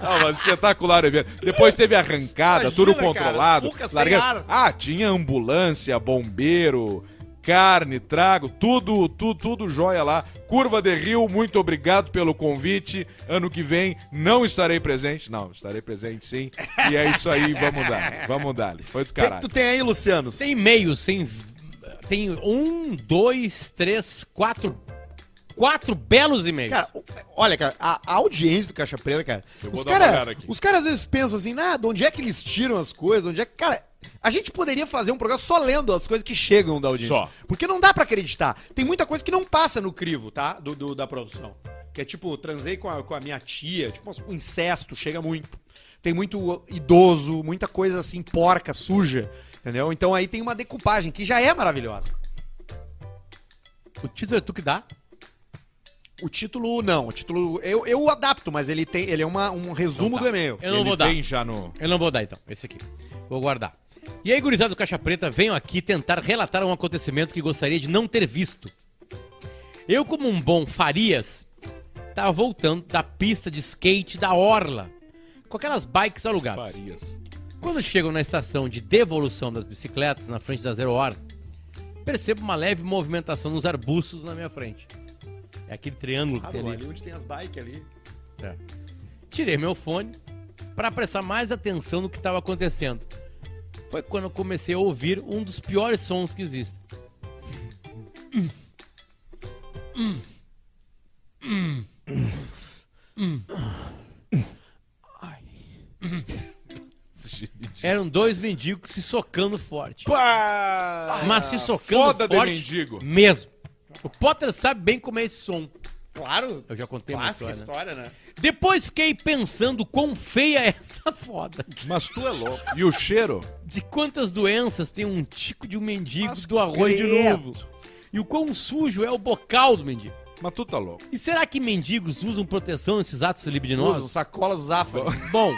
S2: Ah, mas espetacular o evento. Depois teve arrancada,
S3: Imagina,
S2: tudo
S3: cara,
S2: controlado.
S3: Fuca sem
S2: largada.
S3: ar.
S2: Ah, tinha ambulância, bombeiro, carne, trago, tudo, tudo, tudo jóia lá. Curva de Rio, muito obrigado pelo convite. Ano que vem não estarei presente. Não, estarei presente sim. E é isso aí, vamos dar. Vamos dar. Foi do
S4: O que, que
S2: caralho.
S4: tu
S1: tá?
S4: tem aí, Luciano?
S1: Tem meios, tem. Tem um, dois, três, quatro. Quatro belos e-mails.
S3: Cara, o- olha, cara, a, a audiência do Caixa Preta, cara.
S2: Eu vou
S3: Os
S2: dar uma olhada
S3: caras
S2: aqui.
S3: os cara às vezes pensam assim, ah, de onde é que eles tiram as coisas? Onde é que. Cara, a gente poderia fazer um programa só lendo as coisas que chegam da audiência.
S2: Só.
S3: Porque não dá pra acreditar. Tem muita coisa que não passa no crivo, tá? Do, do- da produção. Que é tipo, transei com a, com a minha tia, tipo, o incesto chega muito. Tem muito idoso, muita coisa assim, porca, suja. Entendeu? Então aí tem uma decupagem que já é maravilhosa.
S1: O título é tu que dá?
S3: O título, não. O título. Eu, eu adapto, mas ele tem. Ele é uma, um resumo do e-mail.
S1: Eu não
S2: Ele
S1: vou dar.
S2: vem já no.
S1: Eu não vou dar então, esse aqui. Vou guardar. E aí, gurizada do Caixa Preta, venho aqui tentar relatar um acontecimento que gostaria de não ter visto. Eu, como um bom Farias, tava voltando da pista de skate da Orla, com aquelas bikes alugadas.
S2: Farias.
S1: Quando chegam na estação de devolução das bicicletas, na frente da Zero Hora, percebo uma leve movimentação nos arbustos na minha frente. É aquele triângulo que tem ali.
S3: onde Tá tem as bikes ali.
S1: É. Tirei meu fone para prestar mais atenção no que estava acontecendo. Foi quando eu comecei a ouvir um dos piores sons que existem. Eram dois mendigos se socando forte. Mas se socando
S2: Foda de
S1: forte
S2: mendigo.
S1: mesmo. O Potter sabe bem como é esse som.
S5: Claro.
S1: Eu já contei uma
S5: Clássica
S1: história. né?
S5: história, né?
S1: Depois fiquei pensando quão feia é essa foda.
S2: Mas tu é louco. E o cheiro?
S1: De quantas doenças tem um tico de um mendigo do arroz de novo? E o quão sujo é o bocal do mendigo?
S2: Mas tu tá louco.
S1: E será que mendigos usam proteção nesses atos
S4: Usam
S1: libidinosos?
S4: sacola dos afros.
S1: Bom,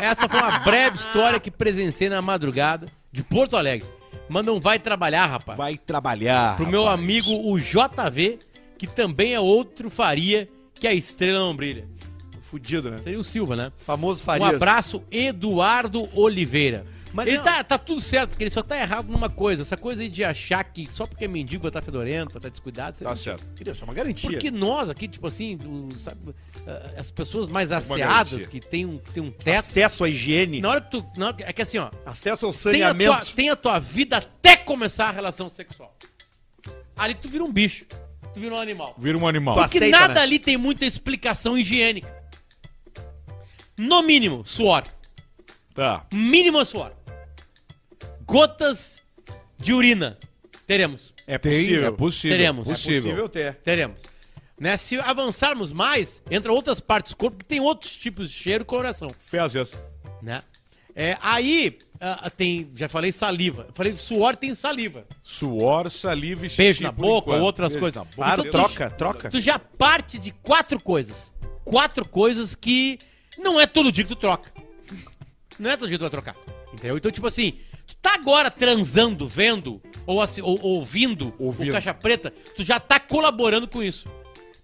S1: essa foi uma breve história que presenciei na madrugada de Porto Alegre. Mas não vai trabalhar, rapaz.
S2: Vai trabalhar.
S1: Pro meu amigo, o JV, que também é outro faria que a estrela não brilha.
S4: Fudido, né?
S1: Seria o Silva, né?
S4: Famoso
S1: Um
S4: Farias.
S1: abraço, Eduardo Oliveira.
S4: Mas é um-
S1: ele
S4: eu-
S1: tá, tá tudo certo, porque ele só tá errado numa coisa. Essa coisa aí de achar que só porque é mendigo vai estar fedorento, vai estar descuidado. isso é
S2: Tá
S1: mentira.
S2: certo.
S3: Queria, isso é uma garantia.
S1: Porque nós aqui, tipo assim, do- sabe, ah, as pessoas mais
S2: garantia.
S1: asseadas, que tem um, que tem um teto.
S3: Acesso à higiene,
S1: Na hora que tu. na hora que- é que assim, ó.
S3: acesso ao
S1: Tem a, tua,
S3: saneamento.
S1: tem a tua vida até começar a relação sexual. Ali tu vira um bicho. Tu vira um animal.
S2: Vira um animal.
S3: Tu
S1: Porque
S3: aceita,
S1: nada
S3: né?
S1: ali tem muita explicação higiênica. No mínimo, suor.
S2: Tá.
S1: Mínimo é suor. Gotas de urina. Teremos.
S3: É
S2: Tem, é possível.
S1: Teremos.
S2: É possível.
S3: ter.
S1: Teremos. Né? Se avançarmos mais, entra outras partes do corpo que tem outros tipos de cheiro e coloração.
S2: Fezes.
S1: Né? É, aí ah, tem, já falei saliva. Eu Falei suor tem saliva.
S2: Suor, saliva e xixi.
S1: Beijo na
S2: por
S1: boca,
S2: enquanto.
S1: outras
S2: Beijo
S1: coisas.
S2: na boca.
S1: Então
S3: Claro,
S1: tu-
S3: troca, troca.
S1: Tu já parte de quatro coisas. Quatro coisas que não é todo dia que tu troca. Não é todo dia que tu vai trocar. Entendeu? Então, tipo assim, tu tá agora transando, vendo, ou, assi- ou- ou ouvindo,
S2: Ouvindo.
S1: o Caixa Preta, tu já tá colaborando com isso.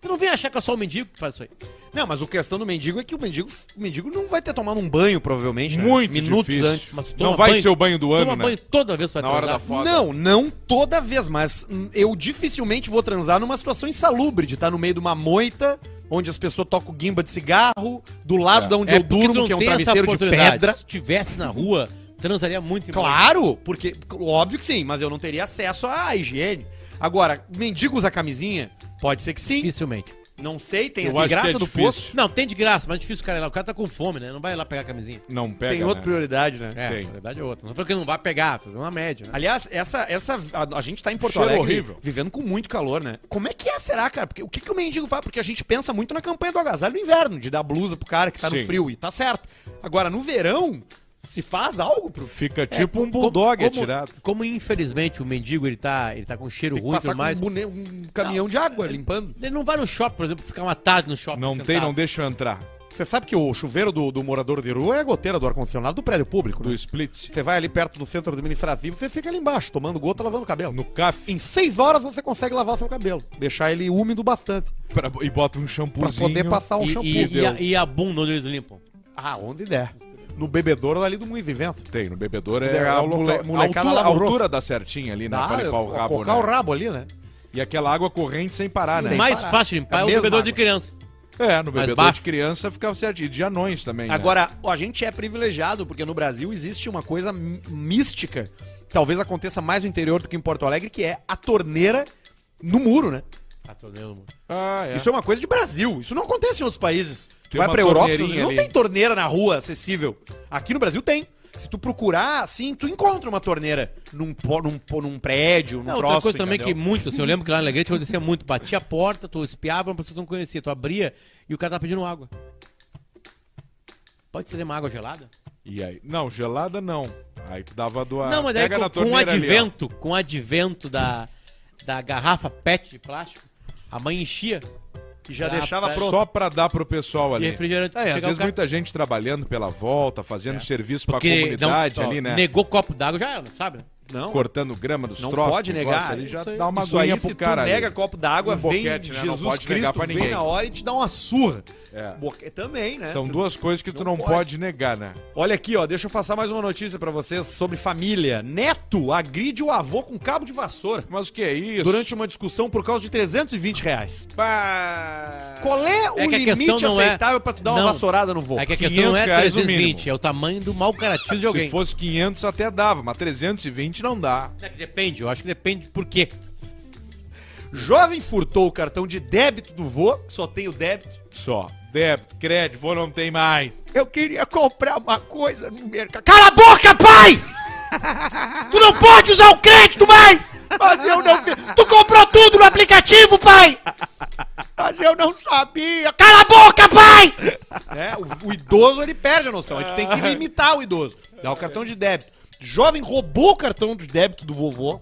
S1: Tu não vem achar que é só o mendigo que faz isso aí.
S4: Não, mas o questão do mendigo é que o mendigo, o mendigo não vai ter tomado um banho, provavelmente. né?
S2: Muito
S4: Minutos
S2: É difícil.
S4: antes.
S1: Mas tu
S2: Não
S1: toma
S2: vai ser o banho do
S1: toma
S2: ano, né?
S1: banho toda vez que tu vai
S2: Na hora
S1: transar.
S2: da foda.
S4: Não, não toda vez, mas hum, eu dificilmente vou transar numa situação insalubre, de estar no meio de uma moita, onde as pessoas tocam guimba de cigarro, do lado
S2: É.
S4: de onde
S1: É
S4: eu
S1: porque tu
S4: durmo,
S1: não
S4: que é um
S1: tem essa
S4: travesseiro de
S1: oportunidade.
S4: pedra.
S1: Se tivesse na rua, transaria muito em banho.
S4: Claro, porque óbvio que sim, mas eu não teria acesso à higiene. Agora, mendigo usa camisinha? Pode ser que sim.
S1: Dificilmente.
S4: Não sei, tem
S2: Eu
S4: a
S2: acho
S4: de
S2: que
S4: graça
S2: é
S4: do
S2: difícil.
S4: poço.
S1: Não, tem de graça, mas é difícil o cara ir lá. O cara tá com fome, né? Não vai lá pegar a camisinha.
S2: Não pega,
S4: Tem outra
S2: né?
S4: prioridade, né?
S1: É,
S2: Tem.
S1: na verdade é outra. Não foi que não vai pegar, fazer uma média, né?
S4: Aliás, essa, essa a, a gente tá em Porto
S2: Cheiro
S4: Alegre
S2: horrível.
S4: vivendo com muito calor, né? Como é que é, será, cara? Porque, o que, que o mendigo faz? Porque a gente pensa muito na campanha do agasalho no inverno, de dar blusa pro cara que tá
S2: Sim.
S4: no frio, e tá certo. Agora, no verão, se faz algo pro...
S2: Fica tipo um bulldog
S1: como,
S2: atirado.
S1: Como infelizmente o mendigo ele tá, ele tá com cheiro
S4: Tem que
S1: ruim e
S4: passar
S1: tudo
S4: com um,
S1: mais.
S4: bone- um caminhão de água limpando.
S1: Ele não vai no shopping, por exemplo, ficar uma tarde no shopping.
S2: Não
S1: sentado.
S2: tem, não deixa eu entrar.
S3: Você sabe que o chuveiro do, do morador de rua é a goteira do ar-condicionado do prédio público,
S2: Do
S3: né?
S2: split.
S3: Você vai ali perto do centro administrativo, você fica ali embaixo, tomando gota, lavando cabelo.
S2: No café.
S3: Em seis horas você consegue lavar seu cabelo, deixar ele úmido bastante,
S2: pra- e bota um
S3: pra
S2: shampoozinho.
S3: poder passar um
S1: E,
S3: shampoo.
S1: e, e, a, e a bunda onde eles limpam.
S3: Ah, onde der. No bebedouro ali do Muiz Vento.
S2: Tem, no bebedouro
S3: É,
S2: é
S3: a
S2: a, local-
S3: mole-
S2: a
S3: molecada
S2: altura,
S3: lava
S2: a
S3: o
S2: altura
S3: rosto.
S2: da certinha ali, né?
S3: Dá,
S2: pra limpar o
S4: é,
S2: rabo,
S3: cocar
S2: né?
S3: o rabo ali, né?
S2: E aquela água corrente sem
S4: Ah,
S2: parar, né?
S1: o mais
S3: parar.
S1: fácil de limpar
S3: É a
S1: é o
S3: mesma
S1: bebedor de
S3: água.
S1: criança.
S2: É, no
S1: Mais
S2: bebedouro
S1: baixo.
S2: de criança ficava certinho. E de anões também, né?
S4: Agora, a gente é privilegiado, porque no Brasil existe uma coisa mí- mística, talvez aconteça mais no interior do que em Porto Alegre, que é a torneira no muro, né?
S1: Ah, tô vendo.
S2: Ah, é.
S4: Isso é uma coisa de Brasil. Isso não acontece em outros países. Tu
S2: Tem
S4: vai
S2: uma
S4: pra Europa, Estados
S2: torneirinha
S4: Unidos, não
S2: ali.
S4: tem torneira na rua acessível. Aqui no Brasil tem. Se tu procurar, assim, tu encontra uma torneira num, po- num, po- num prédio,
S2: Um
S4: num
S1: Não,
S4: troço,
S1: outra coisa também que
S4: entendeu?
S1: muito, assim, eu lembro que lá na Alegrete acontecia muito. Batia a porta, tu espiava, uma pessoa que tu não conhecia. Tu abria e o cara tava pedindo água. Pode ser uma água gelada?
S2: E aí? Não, gelada não. Aí tu dava do
S1: Não, mas daí
S2: pega
S1: com,
S2: na
S1: com o
S2: torneira ali, ó.
S1: advento, com o advento da, da garrafa PET de plástico, a mãe enchia
S4: Que já
S1: Ah,
S4: deixava
S1: pra-
S4: pronto.
S2: Só pra dar pro pessoal
S1: de
S2: ali.
S1: refrigerante.
S2: É, às
S1: Chegar o
S2: vezes
S1: cara- É.
S2: muita gente trabalhando pela volta, fazendo serviço pra
S1: Porque
S2: comunidade
S1: não- ó,
S2: ali, né?
S1: Negou copo d'água, já era, sabe?
S4: Não,
S2: Cortando grama dos
S4: não
S2: troços.
S4: pode
S2: negócio
S4: negar.
S2: Ali, já
S4: Isso aí-
S2: dá uma
S4: isso aí,
S2: aguinha
S4: se
S2: pro cara
S4: tu
S2: ali.
S4: nega copo d'água,
S2: Um
S4: vem
S2: boquete, né? Não
S4: Jesus
S2: pode negar
S4: Cristo,
S2: pra
S4: vem
S2: ninguém.
S4: na hora e te dá uma surra.
S2: É.
S4: Boque- Também, né?
S2: São
S4: Tu-
S2: duas coisas que tu
S4: não
S2: não,
S4: pode.
S2: pode. negar, né?
S4: Olha aqui, ó, deixa eu passar mais uma notícia pra vocês sobre família. Neto agride o avô com cabo de vassoura
S2: Mas o que é isso?
S4: durante uma discussão por causa de 320 reais.
S2: Pá...
S4: Qual é o
S1: É que a questão
S4: limite
S1: não é-
S4: aceitável pra tu dar
S1: Não.
S4: uma vassourada no voo?
S1: É que a questão não
S2: 500
S1: é
S2: reais o
S1: 320,
S2: mínimo.
S1: é o tamanho do mau caratismo de alguém.
S2: Se fosse 500 até dava, mas 320 não dá.
S1: É que depende, eu acho que depende por quê.
S4: Jovem furtou o cartão de débito do vô, que só tem o débito.
S2: Só. Débito, crédito, vou não tem mais.
S4: Eu queria comprar uma coisa no mercado. Cala a boca, pai!
S3: Tu não pode usar o crédito mais! Mas eu não fiz. Tu comprou tudo no aplicativo, pai! Mas eu não sabia. Cala a boca, pai! É.
S4: É, o, o idoso ele perde a noção. A gente tem que limitar o idoso. Dá o cartão de débito. Jovem roubou o cartão de débito do vovô,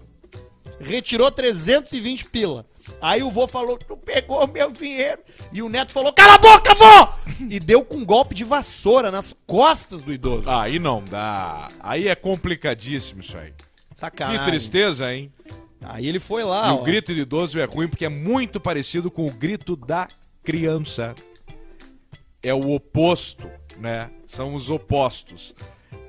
S4: retirou 320 pila. Aí o vô falou: Tu pegou meu dinheiro. E o neto falou: Cala a boca, vô! E deu com um golpe de vassoura nas costas do idoso.
S3: Ah.
S2: Aí não dá. Aí é complicadíssimo isso aí.
S4: Sacanagem.
S2: Que tristeza, hein?
S4: Aí ele foi
S2: E
S4: lá.
S2: o grito de idoso é ruim porque é muito parecido com o grito da criança. É o oposto, né? São os opostos.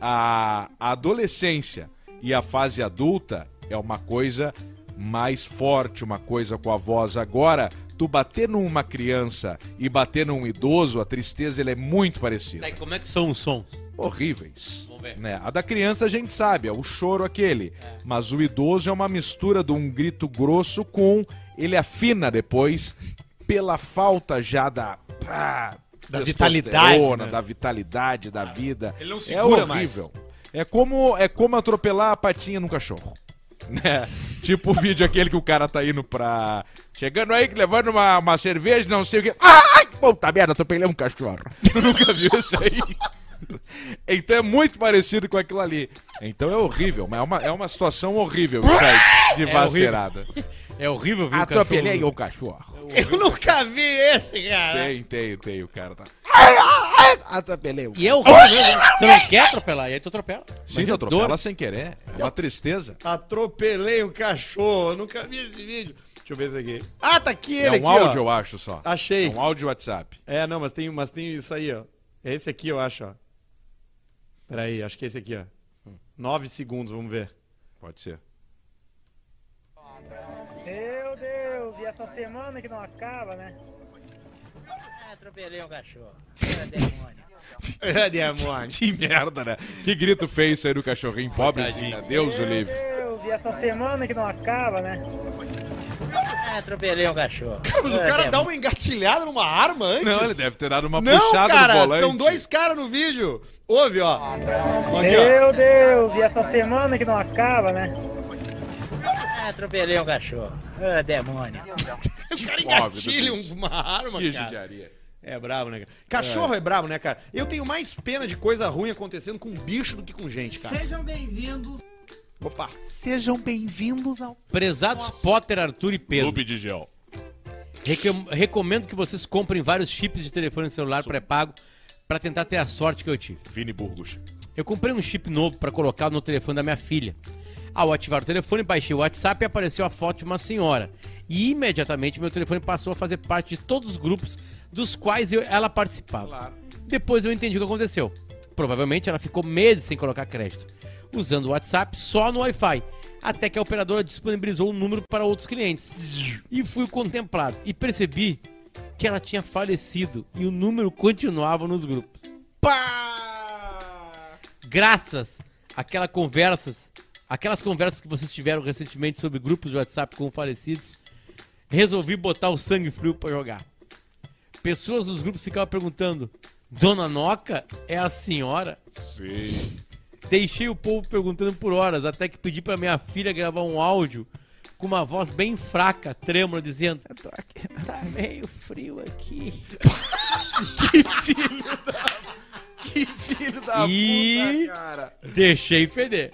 S2: A a adolescência e a fase adulta é uma coisa mais forte, uma coisa com a voz agora. Tu bater numa criança e bater num idoso, a tristeza ela é muito parecida.
S1: Tá, e como é que são os sons?
S2: horríveis.
S1: Vamos ver.
S2: Né? A da criança a gente sabe, é o choro aquele. Mas o idoso é uma mistura de um grito grosso com ele afina depois pela falta já da. pá, testosterona,
S4: Da vitalidade, né?
S2: Da vitalidade, da vida.
S4: ele não
S2: é
S4: segura mais.
S2: horrível. É como, é como atropelar a patinha no cachorro. Né? Tipo o vídeo aquele que o cara tá indo pra. Chegando aí, que levando uma, uma cerveja, não sei o quê. Ai, puta merda, atropelei um cachorro. Tu nunca viu isso aí? Então é muito parecido com aquilo ali. Então é horrível, mas é uma, é uma situação horrível isso aí, de vacerada.
S1: É horrível ver o
S2: Atropelei
S1: cachorro.
S2: um cachorro.
S4: Eu nunca vi esse, cara.
S2: Tem, tem, tem, o cara tá. Atropelei um
S1: E é horrível mesmo. Você não quer atropelar, e aí tu atropela.
S4: é
S2: Sim,
S1: Imagina a dor.
S2: atropela sem querer. É uma tristeza.
S4: Atropelei o cachorro. Eu nunca vi esse vídeo. Deixa eu ver esse aqui. Ah, tá aqui ele
S2: é um
S4: aqui,
S2: áudio,
S4: ó.
S2: eu acho só.
S4: Achei.
S2: É um áudio WhatsApp.
S4: É, não, mas tem, mas tem isso aí, ó. É esse aqui, eu acho, ó. Peraí, acho que é esse aqui, ó. Nove segundos, vamos ver.
S2: Pode ser.
S5: Meu Deus, e essa semana que não acaba, né? Atropelei um cachorro. Era demônio.
S2: É Que merda, né? Que grito feio isso aí do cachorrinho pobre.
S1: Coitadinho.
S2: né? Deus o
S5: Meu
S2: livre.
S5: Deus, e essa semana que não acaba, né? Atropelei um cachorro.
S4: Mas o cara dá uma engatilhada numa arma antes?
S2: É, Não, ele deve ter dado uma
S4: Não,
S2: puxada no
S4: cara,
S2: volante.
S4: são dois caras no vídeo. Ouve, ó. Aqui, ó.
S5: Meu Deus, e essa semana que não acaba, né? Atropelei um cachorro. Era demônio.
S4: O
S2: Pobre do
S4: cara engatilha
S2: bicho.
S4: uma arma,
S2: Que
S4: cara.
S2: judiaria.
S4: É brabo, né, cara? Cachorro é. brabo, né, cara? Eu tenho mais pena de coisa ruim acontecendo com bicho do que com gente, cara. Sejam bem-vindos. Opa.
S1: Prezados Potter, Arthur e Pedro.
S2: de gel.
S1: Recom- recomendo que vocês comprem vários chips de telefone celular pré-pago pra tentar ter a sorte que eu tive.
S2: Vini Burgos.
S1: Eu comprei um chip novo pra colocar no telefone da minha filha. Ao ativar o telefone, baixei o WhatsApp e apareceu a foto de uma senhora. E imediatamente meu telefone passou a fazer parte de todos os grupos dos quais eu- ela participava. Depois eu entendi o que aconteceu. Provavelmente ela ficou meses sem colocar crédito, usando o WhatsApp só no Wi-Fi, até que a operadora disponibilizou o número para outros clientes. E fui contemplado e percebi que ela tinha falecido e o número continuava nos grupos graças àquelas conversas, aquelas conversas que vocês tiveram recentemente sobre grupos de WhatsApp com falecidos, resolvi botar o sangue frio pra jogar. Pessoas nos grupos ficavam perguntando: Dona Noca é a senhora?
S2: Sim.
S1: Deixei o povo perguntando por horas, até que pedi pra minha filha gravar um áudio com uma voz bem fraca, trêmula, dizendo: Tá meio frio aqui.
S2: Filho da
S1: E-
S2: puta, cara.
S1: Deixei feder.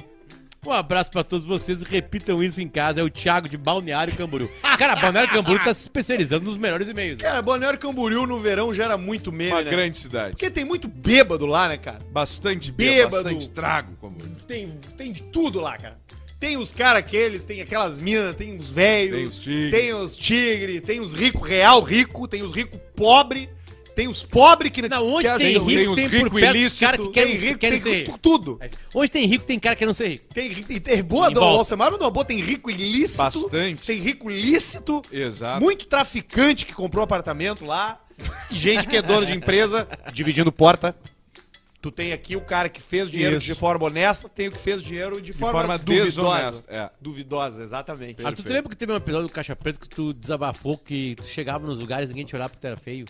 S1: Um abraço pra todos vocês e repitam isso em casa. É o Thiago de Balneário Camboriú. Cara, Balneário Camboriú tá se especializando nos melhores e-mails.
S4: Cara, Balneário Camboriú no verão gera muito meme,
S2: Uma
S4: né?
S2: grande cidade.
S4: Porque tem muito bêbado lá, né, cara?
S2: Bastante
S4: Bêbado.
S2: bêbado. Bastante trago. Como...
S4: Tem, tem de tudo lá, cara. Tem os caras aqueles, tem aquelas minas, tem os velhos,
S2: Tem os tigre.
S4: tem os tigre, tem os ricos real rico, tem os ricos pobre, tem os pobres que
S1: Não, onde
S4: que
S1: tem
S4: ajudam.
S1: rico,
S2: tem
S1: tem,
S2: uns
S1: por
S2: rico
S1: perto os
S2: ilícito,
S1: cara que
S4: tem
S1: querem,
S4: rico,
S1: querem
S4: tem
S1: ser
S4: tu- tudo.
S1: Mas Onde tem rico, tem cara que não ser rico.
S4: Tem, tem, tem boa,
S1: Em
S4: do
S1: volta.
S4: Alcemar não é boa, tem rico ilícito,
S2: Bastante.
S4: tem rico lícito,
S2: Exato.
S4: muito traficante que comprou apartamento lá, e gente que é dona de empresa dividindo porta. Tu tem aqui o cara que fez dinheiro
S2: Isso.
S4: de forma honesta, tem o que fez dinheiro de
S2: De
S4: forma,
S2: forma
S4: duvidosa.
S2: desonesta, é.
S4: Duvidosa, exatamente.
S1: Ah, tu te lembra que teve um episódio do Caixa Preto que tu desabafou que tu chegava nos lugares e ninguém te olhava porque tu era feio?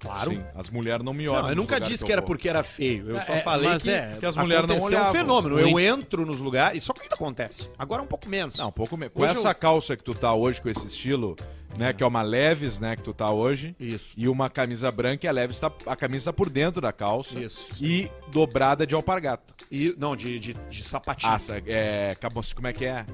S4: Claro.
S2: Sim, as mulheres não me olham.
S4: Não, eu
S2: nos
S4: nunca
S2: lugares
S4: disse
S2: eu
S4: que era
S2: vou.
S4: porque era feio. Eu só
S1: É,
S4: falei
S1: mas
S4: que,
S1: é,
S2: que as mulheres não
S4: aconteceu
S2: olhavam.
S4: um fenômeno.
S2: Oi.
S4: Eu entro nos lugares, só que ainda acontece. Agora um pouco menos.
S2: Não, um pouco menos. Com
S4: Hoje
S2: essa
S4: eu-
S2: calça que tu tá hoje, com esse estilo, né? Que é uma leves, né? Que tu tá hoje.
S1: Isso.
S2: E uma camisa branca e a leves tá. A camisa tá por dentro da calça.
S4: Isso.
S2: E dobrada de alpargata.
S4: E, não de, de, de sapatinho.
S2: Ah, é. cabo- Como é que é?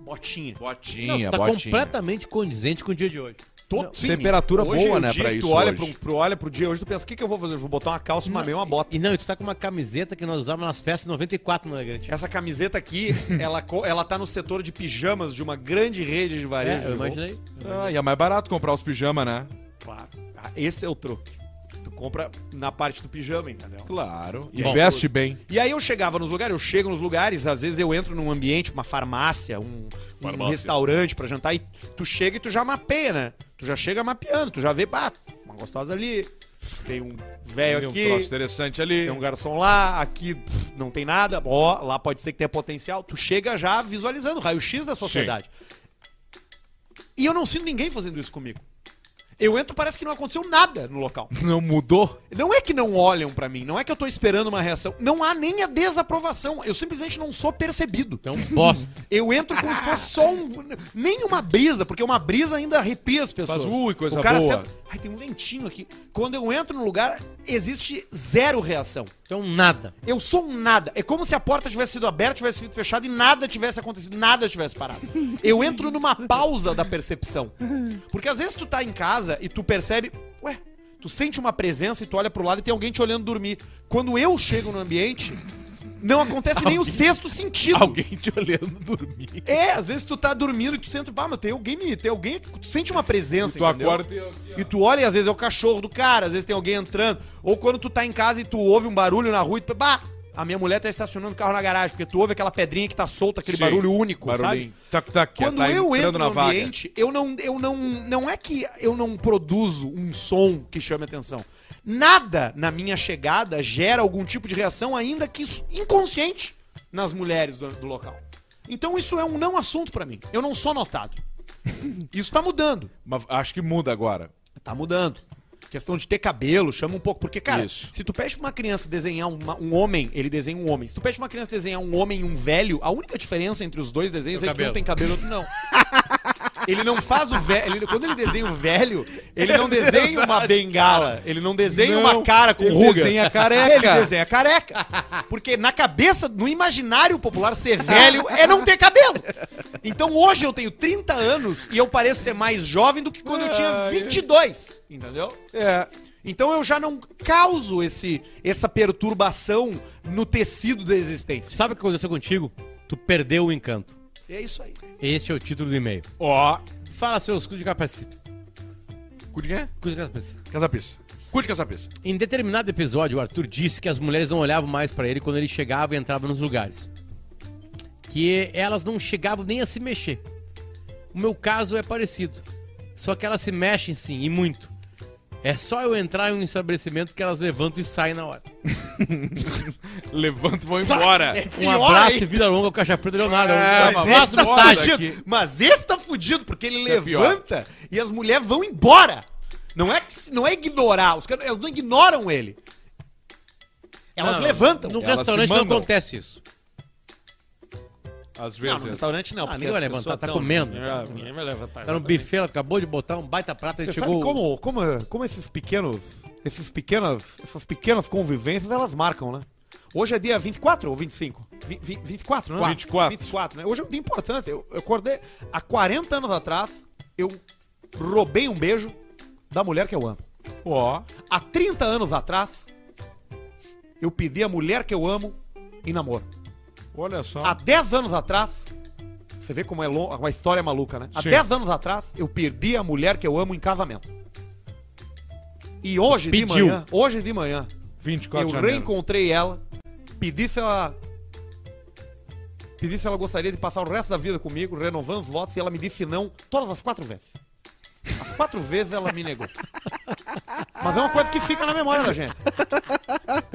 S4: botinha.
S2: Botinha,
S1: tá
S2: botinha.
S1: completamente condizente com o dia de hoje.
S4: Totinha.
S2: temperatura
S4: Hoje
S2: boa,
S4: é o
S2: né,
S4: dia
S2: pra
S4: que
S2: isso
S4: Tu olha
S2: hoje.
S4: pro, pro- olha pro dia hoje, tu pensa, o que, que eu vou fazer? Eu vou botar uma calça, uma meia, é uma bota.
S1: E não, e tu tá com uma camiseta que nós usávamos nas festas em 94, não é, Grande?
S4: Essa camiseta aqui, ela, co- ela tá no setor de pijamas de uma grande rede de varejo.
S1: É, eu
S4: de roupas.
S1: imaginei.
S2: Ah, e é mais barato comprar os pijamas, né?
S4: Claro. Ah, Esse é o truque. Tu compra na parte do pijama, entendeu?
S2: Claro. E
S4: Bom,
S2: veste bem.
S4: E aí eu chegava nos lugares, eu chego nos lugares, às vezes eu entro num ambiente, uma farmácia, um, um restaurante pra jantar, e tu chega e tu já mapeia, né? Tu já chega mapeando, tu já vê, pá, uma gostosa ali, tem um velho
S2: Tem
S4: aqui,
S2: um troço interessante ali.
S4: tem um garçom lá, aqui pff, não tem nada, ó, lá pode ser que tenha potencial. Tu chega já visualizando o raio-x da sociedade. E eu não sinto ninguém fazendo isso comigo. Eu entro, parece que não aconteceu nada no local.
S2: Não mudou?
S4: Não é que não olham pra mim, não é que eu tô esperando uma reação. Não há nem a desaprovação. Eu simplesmente não sou percebido.
S1: Então, bosta.
S4: Eu entro como se fosse só um. Nem uma brisa, porque uma brisa ainda arrepia as pessoas.
S2: Faz, "Ui, coisa
S4: o cara
S2: boa."
S4: senta- Ai, tem um ventinho aqui. Quando eu entro no lugar, existe zero reação.
S1: Então, nada.
S4: Eu sou um nada. É como se a porta tivesse sido aberta, tivesse sido fechada e nada tivesse acontecido, nada tivesse parado. Eu entro numa pausa da percepção. Porque às vezes tu tá em casa e tu percebe, ué, tu sente uma presença e tu olha pro lado e tem alguém te olhando dormir. Quando eu chego no ambiente, não acontece nem o sexto sentido.
S2: Alguém te olhando dormir.
S4: É, às vezes tu tá dormindo e tu sente, pá, mas tem alguém, me- tem alguém, tu sente uma presença,
S2: Tu
S4: entendeu?
S2: acorda e...
S4: E tu olha e às vezes é o cachorro do cara, às vezes tem alguém entrando. Ou quando tu tá em casa e tu ouve um barulho na rua e tu. Bah! A minha mulher tá estacionando o carro na garagem, porque tu ouve aquela pedrinha que tá solta, aquele
S2: Sim,
S4: barulho único,
S2: Barulhinho.
S4: sabe?
S2: Tá, tá aqui,
S4: Quando
S2: tá
S4: eu
S2: entrando
S4: entro
S2: na
S4: no
S2: vaga.
S4: ambiente, eu não, eu não. Não é que eu não produzo um som que chame atenção. Nada na minha chegada gera algum tipo de reação, ainda que isso- inconsciente, nas mulheres do, do local. Então isso é um não assunto pra mim. Eu não sou notado. Isso tá mudando.
S2: Mas acho que muda agora.
S4: Tá mudando. Questão de ter cabelo, chama um pouco. Porque, cara,
S2: Isso.
S4: se tu pede pra uma criança desenhar uma- um homem, ele desenha um homem. Se tu pede pra uma criança desenhar um homem e um velho, a única diferença entre os dois desenhos
S1: É o
S4: é, que um
S1: cabelo.
S4: tem cabelo e outro não. Ele não faz o velho. ele- quando ele desenha o velho, ele não desenha uma bengala. Ele não desenha
S2: É Não,
S4: uma cara com
S2: ele
S4: rugas. Ah,
S2: desenha careca.
S4: Ele desenha careca. Porque na cabeça, no imaginário popular, ser velho é não ter cabelo. Então hoje eu tenho 30 anos e eu pareço ser mais jovem do que quando eu tinha 22. Entendeu?
S2: É.
S4: Então eu já não causo esse, essa perturbação no tecido da existência.
S1: Sabe o que aconteceu contigo? Tu perdeu o encanto.
S4: É isso aí.
S1: Este é o título do e-mail.
S2: Ó.
S1: Fala seus cu de capaci.
S2: Cu de quem é?
S1: Cu de capaci.
S2: Casapis. Cu de casapis.
S1: Em determinado episódio, o Arthur disse que as mulheres não olhavam mais pra ele quando ele chegava e entrava nos lugares. Que elas não chegavam nem a se mexer. O meu caso é parecido. Só que elas se mexem sim, e muito. É só eu entrar em um estabelecimento que elas levantam e saem na hora.
S2: Levanta e vão embora.
S1: Um
S4: É Pior
S1: abraço
S4: ainto.
S1: e vida longa ao Caixa Preta Leonardo.
S2: É,
S1: um
S4: Mas
S2: Vá
S1: abraço
S4: esse
S1: pro
S4: tá
S2: embora
S1: Sade.
S2: daqui.
S4: fudido. Mas esse tá fudido, porque ele
S2: é pior.
S4: levanta e as mulheres vão embora. Não é, que se- não é ignorar. Os caras, elas não ignoram ele. Elas
S1: Não,
S4: levantam.
S1: Num
S2: Elas
S1: restaurante
S2: se
S1: não
S2: mandam.
S1: acontece isso.
S2: Às
S4: Não, no
S2: vezes.
S4: restaurante não.
S1: Ah,
S4: porque
S1: ninguém
S4: as
S1: vai levantar,
S4: pessoas
S1: tá
S4: tão-
S1: comendo.
S4: É, Ninguém vai levantar.
S1: Tá no buffet, ela acabou de botar um baita prato, ele
S3: Você
S1: chegou.
S3: sabe como, como, como esses pequenos, esses pequenos, essas pequenas convivências, elas marcam, né? Hoje é dia 24 ou 25? Vi, vi, 24, né?
S2: 24.
S3: 24, né? Hoje é um dia importante. Eu, eu acordei há 40 anos atrás, eu roubei um beijo da mulher que eu amo.
S2: Ó.
S3: Há 30 anos atrás, eu pedi a mulher que eu amo em namoro.
S2: Olha só.
S3: Há 10 anos atrás, você vê como é longa, uma história maluca, né? Há
S2: Sim.
S3: 10 anos atrás, eu perdi a mulher que eu amo em casamento. E hoje de
S1: Pediu.
S3: manhã, hoje de manhã,
S2: 24 de
S3: eu
S2: janeiro.
S3: reencontrei ela, pedi se ela pedi se ela gostaria de passar o resto da vida comigo, renovando os votos, e ela me disse não todas as quatro vezes. As quatro vezes ela me negou. Mas é uma coisa que fica na memória da gente.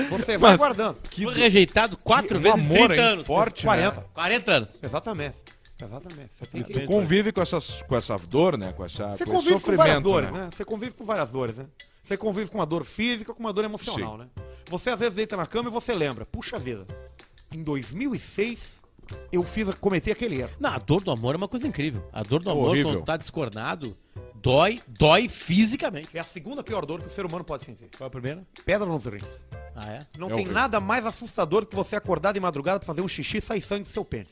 S3: Você vai
S2: Mas-
S3: guardando.
S1: Foi rejeitado quatro
S2: O
S1: vezes em
S2: amor
S1: 30
S2: é
S1: anos.
S2: forte,
S3: 40.
S2: né?
S1: 40 anos.
S3: Exatamente. Exatamente. Você tem que
S2: Tu convive com, essas, com essa dor, né? Com essa
S3: Você
S2: com esse
S3: convive com várias né?
S2: sofrimento, né?
S3: dores, né? Você convive com várias dores, né? Você convive com uma dor física, com uma dor emocional, né? Você às vezes deita na cama e você lembra. Puxa vida, em 2006 eu fiz, cometi aquele erro.
S1: Não, a dor do amor é uma coisa incrível. A dor do amor,
S2: horrível.
S1: quando tá descornado, dói, dói fisicamente.
S3: É a segunda pior dor que o ser humano pode sentir.
S1: Qual a primeira?
S3: Pedra nos rins.
S1: Ah, é?
S3: Não
S2: É
S3: tem
S2: horrível.
S3: nada mais assustador do que você acordar de madrugada pra fazer um xixi e sair sangue do seu pênis.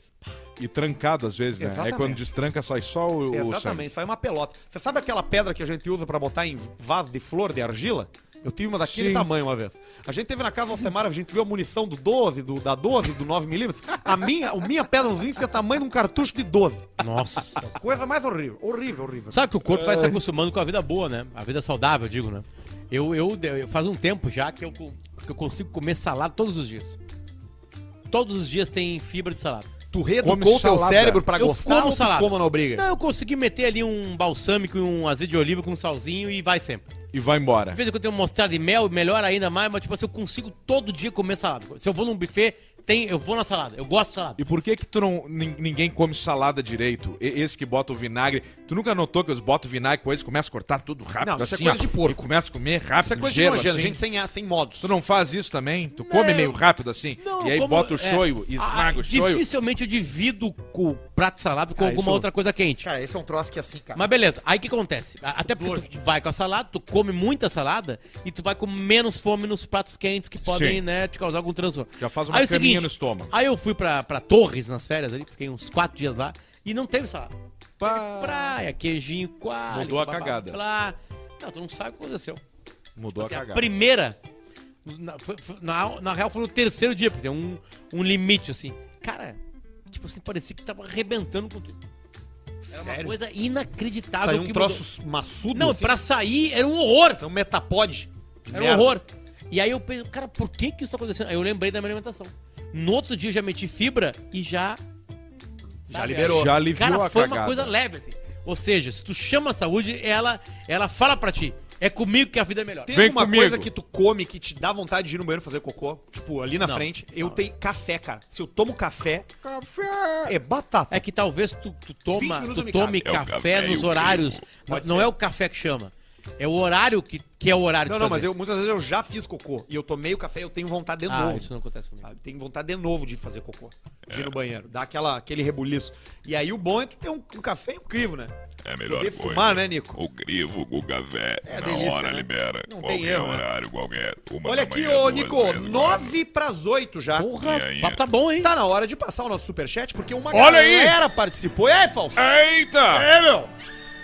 S2: E trancado às vezes, né? É
S3: Exatamente.
S2: quando destranca, sai só o. o sangue.
S3: Exatamente, sai uma pelota. Você sabe aquela pedra que a gente usa pra botar em vaso de flor de argila? Eu tive uma daquele
S2: Sim.
S3: tamanho uma vez. A gente teve na casa do Semara, a gente viu a munição do 12, do, da 12, do 9mm. A minha, o minha pedra nos rins tinha tamanho de um cartucho de 12.
S1: Nossa.
S3: Coisa mais horrível. Horrível, horrível.
S1: Sabe que o corpo vai se acostumando com a vida boa, né? A vida saudável, eu digo, né? Eu, eu, eu- faz um tempo já que eu, co- que eu consigo comer salada todos os dias. Todos os dias tem fibra de salada.
S4: Tu
S2: Come
S4: reeducou teu
S2: salada.
S4: cérebro pra
S1: Eu
S4: gostar
S1: como
S4: ou tu
S1: salada.
S4: coma na obriga?
S1: Não, eu consegui meter ali um balsâmico e um azeite de oliva com um salzinho e vai sempre.
S2: E vai embora.
S1: De vez em quando tem um mostarda de mel, melhor ainda mais, mas tipo assim, eu consigo todo dia comer salada. Se eu vou num buffet, tem, eu vou na salada. Eu gosto de salada.
S2: E por que que tu não nin- ninguém come salada direito? E- Esse que bota o vinagre. Tu nunca notou que eles botam vinagre com eles começa a cortar tudo rápido
S4: Não, isso é
S2: assim,
S4: coisa
S2: ó,
S4: de porco.
S2: e começa a comer rápido,
S4: Isso é coisa
S2: ligeiro,
S4: de nojento,
S2: assim.
S4: gente sem, sem modos.
S2: Tu não faz isso também? Tu come meio rápido assim
S1: Não,
S2: e aí
S1: como-
S2: bota o
S1: é.
S2: shoyu,
S1: Ah,
S2: esmaga o shoyu.
S1: Dificilmente eu divido o prato de salada com
S2: Ah,
S1: alguma
S2: isso-
S1: outra coisa quente.
S4: Cara, esse é um troço que é assim, cara.
S1: Mas beleza, aí o que acontece? A- Até porque tu vai com a salada, tu come muita salada e tu vai com menos fome nos pratos quentes que podem,
S2: Sim.
S1: né, te causar algum transtorno.
S2: Já faz uma
S1: aí, é o
S2: caminha
S1: seguinte,
S2: no estômago.
S1: Aí eu fui pra, pra Torres nas férias ali, fiquei uns quatro dias lá e não teve salada.
S2: Pá,
S1: Praia, queijinho, quase.
S2: Mudou a cagada.
S1: Blá. Não, tu não sabe o que aconteceu.
S2: mudou
S1: Assim,
S2: a
S1: a
S2: cagada.
S1: primeira, na, foi- foi- na- na real foi no terceiro dia, porque tem um, um limite assim. Cara, tipo assim, parecia que tava arrebentando com tudo. Era uma coisa inacreditável
S4: Saiu um
S1: que
S4: troço
S1: mudou.
S4: maçudo.
S1: Não,
S4: assim.
S1: pra sair era um horror.
S4: É um metapode.
S1: Era um
S4: Merda.
S1: horror. E aí eu pensei, cara, por que que isso tá acontecendo? Aí eu lembrei da minha alimentação. No outro dia eu já meti fibra e já.
S4: Já
S1: sabe,
S4: liberou.
S2: Já aliviou
S1: Cara,
S2: a
S1: foi
S2: cagada.
S1: uma coisa leve, assim. Ou seja, se tu chama a saúde, ela, ela fala pra ti. É comigo que a vida é melhor.
S4: Tem
S2: Vem
S4: alguma
S2: comigo.
S4: coisa que tu come que te dá vontade de ir no banheiro fazer cocô? Tipo, ali na
S1: Não,
S4: frente. Eu tenho café, cara. Se eu tomo café. Café! É batata.
S1: É que talvez tu, tu
S4: 20
S1: toma,
S4: minutos eu
S1: tu
S4: me
S1: tome
S2: cago. É o
S1: café,
S2: café e
S1: nos
S2: o
S1: horários. Não,
S4: Pode
S1: não
S4: ser.
S1: é o café que chama. É o horário que, que é o horário
S4: Não,
S1: de
S4: não, mas
S1: fazer.
S4: eu, muitas vezes eu já fiz cocô. E eu tomei o café e eu tenho vontade de
S1: Ah,
S4: novo.
S1: isso não acontece comigo.
S4: sabe? Tenho vontade de novo de fazer cocô. De ir no banheiro. Dar aquela, aquele rebuliço. E aí o bom é tu ter um, um café e um crivo, né?
S6: É a melhor
S4: Poder
S6: coisa.
S4: fumar, né, Nico?
S6: O grivo, o gavé,
S4: É
S6: na
S4: delícia,
S6: hora
S4: né?
S6: libera.
S4: Não tem
S6: qualquer
S4: erro, né?
S6: horário, qualquer. Uma
S4: Olha
S6: da
S4: aqui,
S6: manhã,
S4: ô
S6: duas
S4: Nico,
S6: da manhã,
S4: 9 pras 8 já.
S1: Porra,
S6: E aí?
S1: o papo tá bom, hein?
S4: Tá na hora de passar o nosso superchat, porque uma
S2: Olha aí!
S4: galera participou. E aí, Falso?
S2: Eita!
S4: É, meu!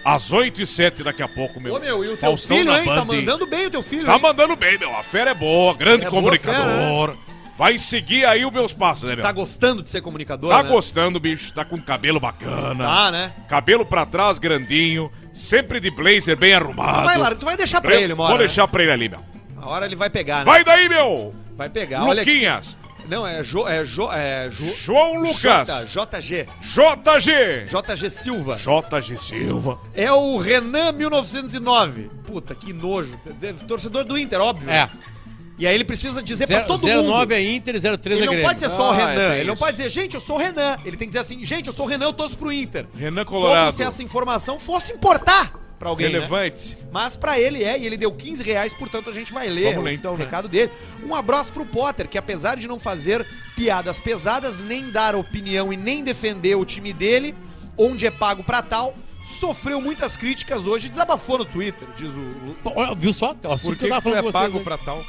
S2: Às 8 e 7 daqui a pouco, meu.
S4: Ô, meu, e o teu
S2: Faustão
S4: filho,
S2: na
S4: hein? Tá
S2: Band, hein?
S4: mandando bem o teu filho,
S2: Tá
S4: hein?
S2: mandando bem, meu. A fera é boa, grande
S4: É boa né?
S2: comunicador. Vai seguir aí os meus passos, né, meu?
S4: Tá gostando de ser comunicador,
S2: Tá
S4: né?
S2: gostando, bicho. Tá com cabelo bacana.
S4: Tá, né?
S2: Cabelo pra trás, grandinho. Sempre de blazer bem arrumado.
S4: Então Vai lá, tu vai deixar pra
S2: Eu-
S4: ele, mora. né?
S2: Vou deixar pra ele ali, meu.
S4: Uma hora ele vai pegar, né?
S2: Vai daí, meu!
S4: Vai pegar, Ah, olha aqui.
S2: Luquinhas.
S4: Não, é Jo... É Jo... É jo...
S2: João Lucas.
S4: J, JG.
S2: JG.
S4: JG Silva.
S2: JG Silva.
S4: É o Renan 1909. Puta, que nojo. Deve- Torcedor do Inter, óbvio.
S1: É.
S4: E aí ele precisa dizer pra todo
S1: Zero-
S4: mundo.
S1: 09 é Inter, 03 é
S4: Ele não
S1: Grêmio.
S4: pode ser só o
S2: Ah,
S4: Renan.
S2: tem
S4: Ele não
S2: isso.
S4: pode dizer, gente, eu sou o Renan. Ele tem que dizer assim, gente, eu sou o Renan, eu torço pro Inter.
S2: Renan
S4: Como
S2: Colorado.
S4: se essa informação fosse importar pra alguém, né?
S2: Relevante.
S4: Mas pra ele é, e ele deu 15 reais, portanto a gente vai ler
S2: Vamos ler, então,
S4: o
S2: né?
S4: recado dele. Um abraço pro Potter, que apesar de não fazer piadas pesadas, nem dar opinião e nem defender o time dele, onde é pago pra tal, sofreu muitas críticas hoje, e desabafou no Twitter, diz o... o-
S1: Pô, olha, Viu só? Ó, assim
S2: Por
S1: eu
S2: que,
S1: tava
S2: que tu
S1: com
S2: é
S1: vocês
S2: pago
S1: antes.
S2: pra tal?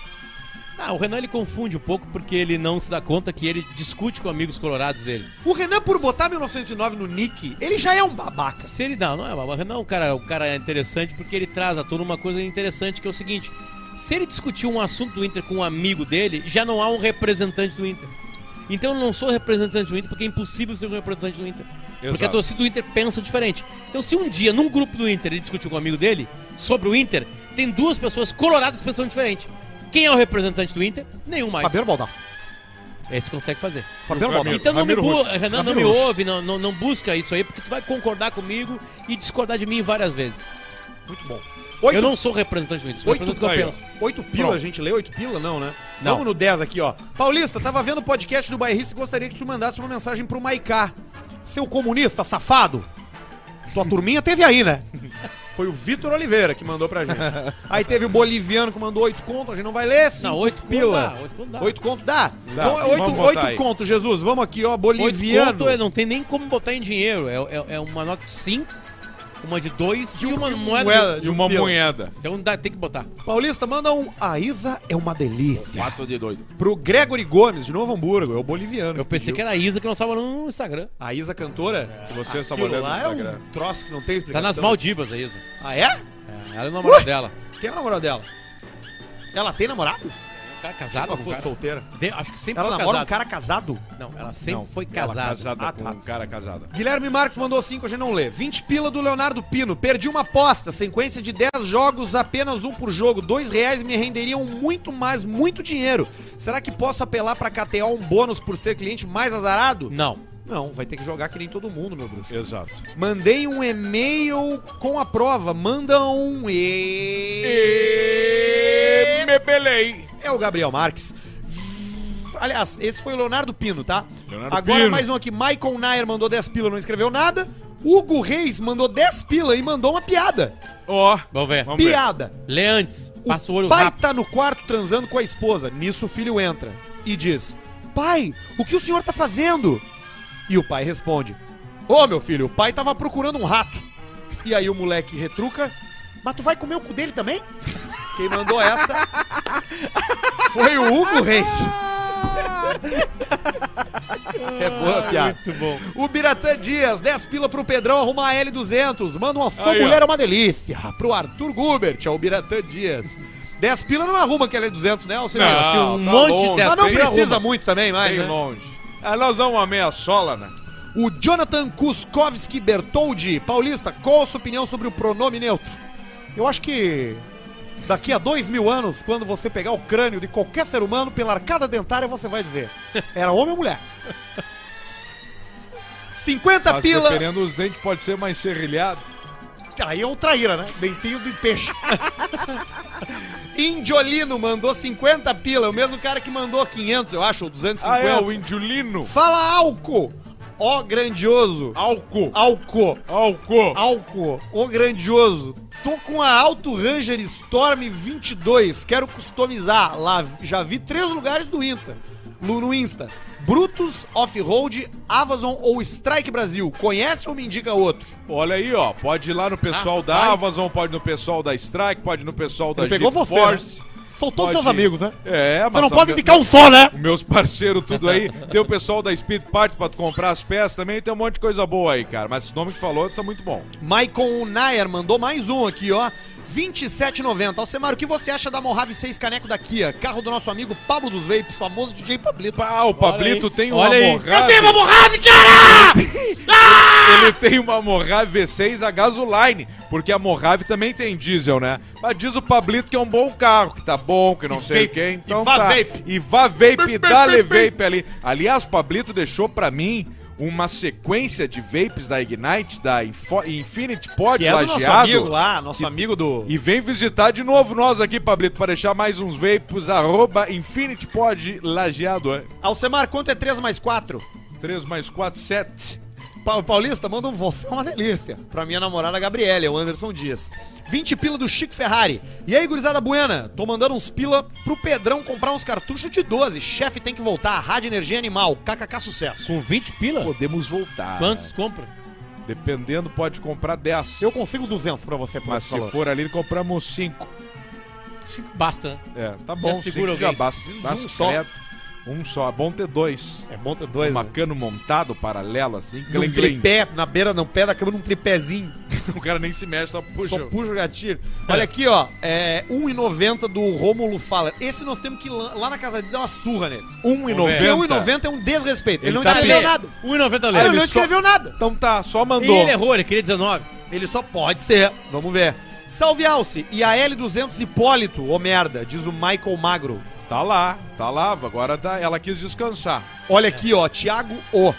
S1: Ah, o Renan ele confunde um pouco porque ele não se dá conta que ele discute com amigos colorados dele.
S4: O Renan, por botar 1909 no nick, ele já é um babaca.
S1: Se ele não, não é, mas o Renan é um cara, um cara interessante porque ele traz à tona uma coisa interessante que é o seguinte: se ele discutir um assunto do Inter com um amigo dele, já não há um representante do Inter. Então eu não sou representante do Inter porque é impossível ser um representante do Inter. Porque a
S2: Exato.
S1: torcida do Inter pensa diferente. Então se um dia num grupo do Inter ele discutir com um amigo dele sobre o Inter, tem duas pessoas coloradas que pensam diferente. Quem é o representante do Inter? Nenhum mais.
S4: Fabiano Baldassi.
S1: Esse consegue fazer.
S4: Fabiano Baldassi.
S1: Então não me
S2: Ramiro
S1: bu-
S2: Russo.
S1: Renan, não me ouve, não, não, não busca isso aí, porque tu vai concordar comigo e discordar de mim várias vezes.
S4: Muito bom.
S1: Eu
S4: Oito,
S1: não sou representante do Inter, eu
S4: Oito
S1: represento o que eu
S2: aí, ó.
S1: penso.
S4: oito pila
S2: Pronto.
S4: a gente lê, oito pila não, né?
S1: Não.
S4: Vamos no 10 aqui, ó. Paulista, tava vendo o podcast do Bairrista e gostaria que tu mandasse uma mensagem pro Maicá. Seu comunista, safado. Tua turminha teve aí, né? Foi o Vitor Oliveira que mandou pra gente. Aí teve o boliviano que mandou oito conto, a gente não vai ler, sim.
S1: Não, oito conto dá,
S4: pila.
S1: oito conto dá.
S4: é. Oito conto dá? Então é
S2: Vamos
S4: oito,
S2: botar
S4: oito
S2: aí.
S4: conto, Jesus. Vamos aqui, ó,
S1: Oito
S4: boliviano.
S1: conto, é, não tem nem como botar em dinheiro. É, é, é uma nota de 5, uma de 2 e uma moeda. um.
S4: moeda.
S2: E uma
S4: Pila.
S2: moeda.
S1: Então dá, tem que botar.
S4: Paulista, manda um. A Isa é uma delícia.
S2: Quatro de doido.
S4: Pro Gregory Gomes, de Novo Hamburgo, é o boliviano.
S1: Eu pensei que era a Isa que nós tava no Instagram.
S4: A Isa cantora?
S2: Que você estava
S4: É. Aquilo
S2: olhando no
S4: lá é
S2: Instagram.
S4: um troço que não tem
S1: Tá
S4: explicação.
S1: nas Maldivas a Isa.
S4: Ah, é?
S1: É, ela é namorada dela.
S4: Quem é o namorado dela? Ela tem namorado?
S1: Um cara casado
S4: ela
S1: com um
S4: foi
S1: cara.
S4: solteira.
S1: De- acho que sempre
S4: Ela
S1: foi
S4: namora
S1: casada.
S4: um cara casado?
S1: Não, ela sempre
S2: Não,
S1: foi
S2: ela
S1: casada.
S2: casada
S4: Ah,
S2: com
S4: tá.
S2: um cara casada.
S4: Guilherme Marques mandou 5, a gente não lê. 20 pila do Leonardo Pino. Perdi uma aposta. Sequência de 10 jogos, apenas um por jogo. Dois reais me renderiam muito mais, muito dinheiro. Será que posso apelar pra KTO um bônus por ser cliente mais azarado?
S1: Não.
S4: Não, vai ter que jogar que nem todo mundo, meu bruxo.
S2: Exato.
S4: Mandei um e-mail com a prova. Manda um e...
S2: Me belei.
S4: É o Gabriel Marques. Aliás, esse foi o Leonardo Pino, tá?
S2: Leonardo
S4: Agora
S2: Pino.
S4: mais um aqui. Michael Nair mandou 10 pila, não escreveu nada. Hugo Reis mandou 10 pila e mandou uma piada.
S2: Ó.
S1: Vamos ver.
S2: Vamos ver.
S4: piada.
S1: Lê antes. Passa o
S4: o
S1: olho
S4: pai
S1: rápido.
S4: tá no quarto transando com a esposa. Nisso o filho entra e diz: Pai, o que o senhor tá fazendo? E o pai responde: Ô meu filho, o pai tava procurando um rato. E aí o moleque retruca: Mas tu vai comer o cu dele também? Quem mandou essa foi o Hugo Reis.
S2: É
S4: Ah,
S2: boa piada. Muito bom.
S4: O Biratã Dias, 10 pila pro Pedrão arrumar a L200. Manda uma só
S2: Aí, ó.
S4: mulher é uma delícia. Pro Arthur Gubert, é o Biratã Dias. 10 pila não arruma aquele L200, né, Alcimiro?
S2: Não,
S1: assim, um
S2: tá
S1: monte
S2: longe,
S1: dessa.
S4: Mas não
S2: bem
S4: precisa
S2: arruma.
S4: muito também mais,
S2: Bem
S4: né?
S2: longe. Ah, nós damos uma meia sola, né?
S4: O Jonathan Kuskowski Bertoldi, paulista, qual a sua opinião sobre o pronome neutro? Eu acho que daqui a dois mil anos, quando você pegar o crânio de qualquer ser humano pela arcada dentária, você vai dizer: era homem ou mulher? 50
S2: Mas
S4: pila.
S2: dependendo dos dentes pode ser mais serrilhado.
S4: Aí é um traíra, né? Dentinho de peixe. Indiolino mandou 50 pila, é o mesmo cara que mandou 500, eu acho, ou 250.
S2: Ah, é, o indiulino.
S4: Fala Alco! Ó grandioso!
S2: Alco.
S4: Alco!
S2: Alco.
S4: Alco, o grandioso. Tô com a Alto Ranger Storm 22. Quero customizar. Lá já vi três lugares do Insta. No no Insta. Brutus, Off-Road, Amazon ou Strike Brasil. Conhece ou me indica outro?
S2: Olha aí, ó. Pode ir lá no pessoal da Amazon, pode no pessoal da Strike, pode ir no pessoal da
S4: Ah, Ele pegou você,
S2: GeForce.
S4: São todos
S2: Pode
S4: seus
S2: ir.
S4: amigos, né?
S2: É, mas
S4: Você não
S2: são
S4: pode
S2: meus-
S4: indicar um só, né?
S2: Meus parceiros, tudo aí. Tem o pessoal da Speed Parts pra tu comprar as peças também. Tem um monte de coisa boa aí, cara. Mas esse nome que falou tá muito bom.
S4: Maicon Nayer mandou mais um aqui, ó. 27,90. Alcemar, o que você acha da Mojave 6 Caneco da Kia? Carro do nosso amigo Pablo dos Vapes, famoso DJ Pablito.
S2: Ah, o Pablito tem uma
S1: Olha aí.
S2: Morrave.
S4: Mojave, cara!
S2: Ele tem uma Morrave V6 a gasoline. Porque a Morrave também tem diesel, né? Mas diz o Pablito que é um bom carro, que tá bom, que não sei
S4: vape.
S2: quem.
S4: E
S2: Então
S4: vá
S2: tá.
S4: vape.
S2: E vá vape, dá-lhe vape ali. Aliás, Pablito deixou pra mim uma sequência de vapes da Ignite, da Info- Infinity Pod,
S4: Que é do nosso
S2: lajeado.
S4: amigo lá, nosso amigo do...
S2: E vem visitar de novo nós aqui, Pablito, para deixar mais uns vapes, arroba Infinity Pod Lajeado. É.
S4: Alcemar, quanto é 3 mais 4?
S2: 3 mais 4, 7.
S4: Pa- Paulista, manda um você é uma delícia. Pra minha namorada Gabriele, é o Anderson Dias. 20 pila do Chico Ferrari. E aí, gurizada buena? Tô mandando uns pila pro Pedrão comprar uns cartuchos de 12. Chefe tem que voltar, Rádio Energia Animal. KKK sucesso.
S1: Com 20 pila?
S2: Podemos voltar.
S1: Quantos compra?
S2: Dependendo, pode comprar 10.
S4: Eu consigo 200 pra você, por
S2: Mas
S4: esse
S2: se
S4: valor.
S2: for ali, compramos 5.
S1: Cinco basta, né?
S2: É, tá bom,
S1: segura
S2: cinco já
S1: alguém.
S2: basta.
S4: de
S2: Mas
S4: um só.
S2: credo, Um só, é bom ter dois.
S4: É bom ter dois,
S2: um
S4: né?
S2: cano montado, paralelo, assim.
S4: Num
S2: Clim, clim.
S4: tripé, na beira, no pé da cama, num tripézinho.
S2: O cara nem se mexe, só puxa.
S4: Só puxa o gatilho. Olha aqui, ó. É 1,90 do Rômulo Faller. Esse nós temos que ir lá lá na casa dele dar uma surra nele. Porque
S2: 1,90.
S4: 1,90 é um desrespeito. Ele,
S2: Ele
S4: não
S2: tá
S4: escreveu
S2: bem.
S4: nada.
S1: 1,90
S4: Ah,
S1: lê.
S4: ele não
S2: só-
S4: escreveu nada.
S2: Então tá, só
S1: Ih,
S2: mandou.
S1: Ele é errou, ele queria 19.
S4: Ele só pode ser. Vamos ver. Salve Alce e a L200 Hipólito, ô merda, diz o Michael Magro.
S1: um
S2: Tá lá, tá lá. Agora tá, ela quis descansar.
S4: Olha aqui, ó, Thiago O.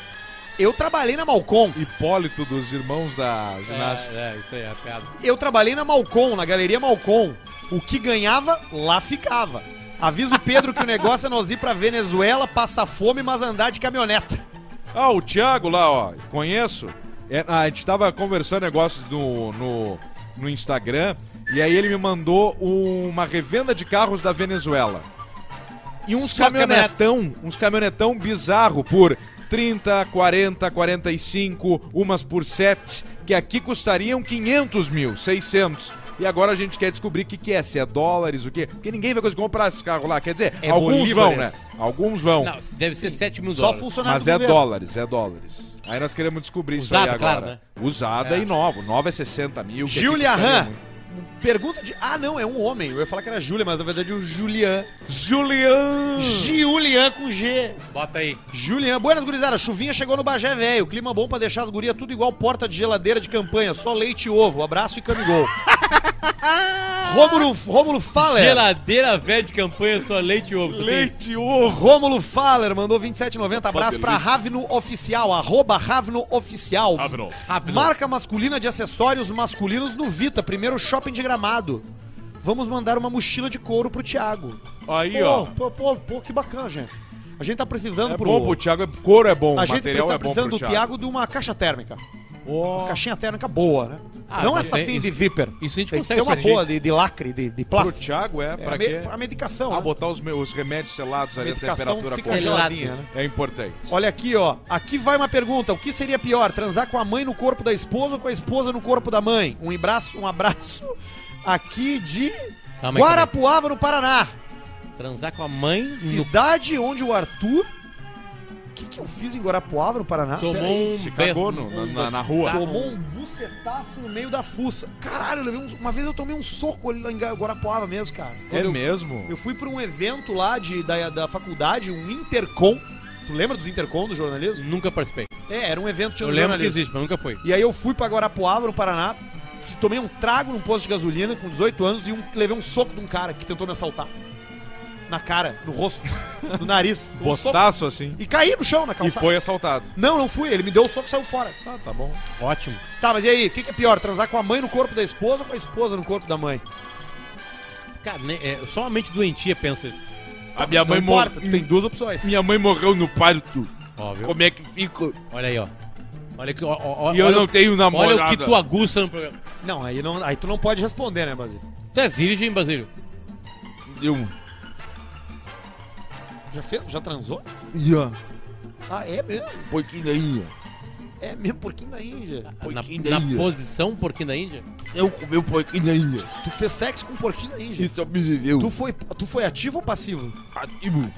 S4: Eu trabalhei na Malcom.
S2: Hipólito dos irmãos da ginástica.
S1: É, é, isso aí, é a piada.
S4: Eu trabalhei na Malcom, na Galeria Malcom. O que ganhava, lá ficava. Avisa o Pedro que o negócio é nós ir pra Venezuela, passar fome, mas andar de caminhoneta.
S2: Ah, o Thiago lá, ó, conheço. É, a gente tava conversando negócio do, no, no Instagram, e aí ele me mandou uma revenda de carros da Venezuela. E uns
S7: Só
S2: caminhonetão, uns caminhonetão bizarro por 30, 40, 45, umas por 7, que aqui custariam 500 mil, 600. E agora a gente quer descobrir o que, que é, se é dólares, o que. Porque ninguém vai conseguir comprar esse carro lá. Quer dizer,
S7: É
S2: alguns vão, né?
S7: bolívares.
S2: Alguns vão.
S1: Não, deve ser 7 mil
S7: Só
S1: dólares.
S7: funcionário
S2: Mas
S7: do
S2: é
S7: governo.
S2: dólares, é dólares. Aí nós queremos descobrir isso aí
S1: Usada,
S2: agora.
S1: claro, né?
S2: Usada
S1: É.
S2: e nova. Nova é 60 mil. que aqui
S4: Julia
S2: custaria
S4: Han.
S2: muito.
S4: Pergunta de. Ah, não, é um homem. Eu ia falar que era Júlia, mas na verdade é o Julian.
S2: Julian!
S4: Julian com G.
S1: Bota aí.
S4: Julian. Buenas gurizada, chuvinha chegou no Bagé velho. Clima bom pra deixar as gurias tudo igual porta de geladeira de campanha. Só leite e ovo. Abraço e camigol. Rômulo, Rômulo Faller.
S1: Geladeira velha de campanha, só leite e ovo. Só tem isso.
S2: Leite, ovo!
S4: Rômulo Faller mandou 27,90. Abraço pra Ravno Oficial, arroba Ravno Oficial.
S1: Rápido.
S4: Marca masculina de acessórios masculinos no Vita, primeiro shopping de gramado. Vamos mandar uma mochila de couro pro Thiago.
S2: Aí,
S4: pô,
S2: ó.
S4: Pô, pô, pô, que bacana, gente. A gente tá precisando
S2: É
S4: pro.
S2: bom pro Thiago, é- couro é bom,
S4: a
S2: o
S4: gente
S2: material
S4: tá
S2: é bom
S4: precisando
S2: pro
S4: do
S2: Thiago.
S4: Thiago de uma caixa térmica.
S2: Ó,
S4: Uma caixinha térmica boa, né?
S1: Ah,
S4: Não
S1: mas
S4: essa
S1: tem-
S4: assim
S1: isso-
S4: de viper.
S1: isso a gente
S4: Tem que
S1: consegue
S4: ser uma
S1: fazer.
S4: boa de, de lacre, de, de
S2: pro
S4: plástico.
S2: Thiago é, pra
S4: a
S2: quê?
S4: me, a medicação.
S2: Ah,
S4: né?
S2: botar os, meus, os remédios selados ali a
S4: Medicação
S2: temperatura
S4: fica
S2: corporal.
S4: geladinha, né?
S2: É importante.
S4: Olha aqui, ó. Aqui vai uma pergunta. O que seria pior, transar com a mãe no corpo da esposa ou com a esposa no corpo da mãe? Um abraço, um abraço aqui de
S1: Calma aí,
S4: Guarapuava, no Paraná.
S1: Transar com a mãe no...
S4: Cidade onde o Arthur... O que, que eu fiz em Guarapuava, no Paraná? Pera aí.
S1: tomou um
S2: se
S1: berro.
S2: cagou no-
S1: um-
S2: na- na rua.
S1: tá.
S4: Tomou um bucetaço no meio da fuça. Caralho, eu levei um- uma vez eu tomei um soco ali lá em Guarapuava mesmo, cara.
S2: É
S4: Quando eu-
S2: mesmo?
S4: Eu fui pra um evento lá de, da, da faculdade, um intercom. Tu lembra dos intercom do jornalismo?
S1: Nunca participei.
S4: É, era um evento de
S1: Eu lembro que
S4: jornalismo.
S1: existe, mas nunca foi.
S4: E aí eu fui pra Guarapuava, no Paraná, tomei um trago num posto de gasolina com 18 anos e um- levei um soco de um cara que tentou me assaltar. Na cara, no rosto, no nariz. Um soco.
S2: Bostaço assim.
S4: E caí no chão na
S2: E
S4: calçada.
S2: foi assaltado.
S4: Não, não fui. Ele me deu o soco e saiu fora.
S2: Tá, tá bom.
S1: Ótimo.
S4: Tá, mas e aí? O que, que é pior? Transar com a mãe no corpo da esposa ou com a esposa no corpo da mãe?
S1: Cara, né, é, só uma mente doentia pensa isso.
S2: A minha
S4: Isso Tá, não
S2: mãe, mor...
S4: importa, tu tem duas opções.
S2: minha mãe morreu no parto.
S1: Ó, viu?
S2: Como é que fica?
S1: Olha aí, ó. Olha que. Ó, ó, ó,
S2: E eu
S1: olha
S2: não
S1: o, que-
S2: tenho namorada.
S1: Olha o que tu aguça no programa.
S4: Não, aí não, aí tu não pode responder, né, Basílio?
S1: Tu é virgem, Basílio?
S2: Eu...
S4: Já fez? Já transou?
S2: Yeah.
S4: Ah, é mesmo?
S2: Pouquinho daí.
S4: É mesmo, porquinho da Índia.
S1: Na,
S7: Porquinho da
S1: na
S7: Índia.
S1: posição porquinho da Índia?
S7: Eu comi um pouquinho ainda.
S4: Tu fez sexo com um porquinho da Índia.
S7: E sobreviveu.
S4: Tu foi, tu foi ativo ou passivo?
S7: Ativo.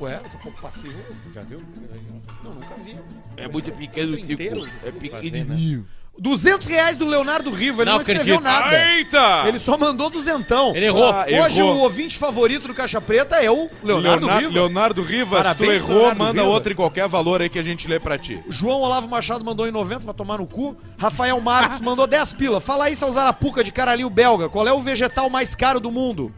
S4: Ué, daqui a pouco passivo.
S1: Já viu?
S4: Não, nunca vi.
S7: É muito pequeno, tipo.
S4: Inteiro?
S7: É
S1: né?
S7: pequenininho.
S4: 200 reais do Leonardo Riva, ele não,
S1: Não
S4: escreveu
S1: acredito. ah.
S4: nada.
S2: Eita!
S4: Ele só mandou duzentão.
S1: Ele errou.
S2: Ah,
S4: Hoje
S2: errou.
S4: o ouvinte favorito do Caixa Preta é o Leonardo,
S2: Leonardo,
S4: Riva.
S2: Leonardo Rivas,
S4: Parabéns,
S2: tu errou,
S4: Leonardo
S2: manda
S4: Riva.
S2: outra em qualquer valor aí que a gente lê pra ti.
S4: João Olavo Machado mandou em 90, vai tomar no cu. Rafael Marcos mandou 10 pila. Fala aí, seu Zarapuca de Caralho Belga, qual é o vegetal mais caro do mundo?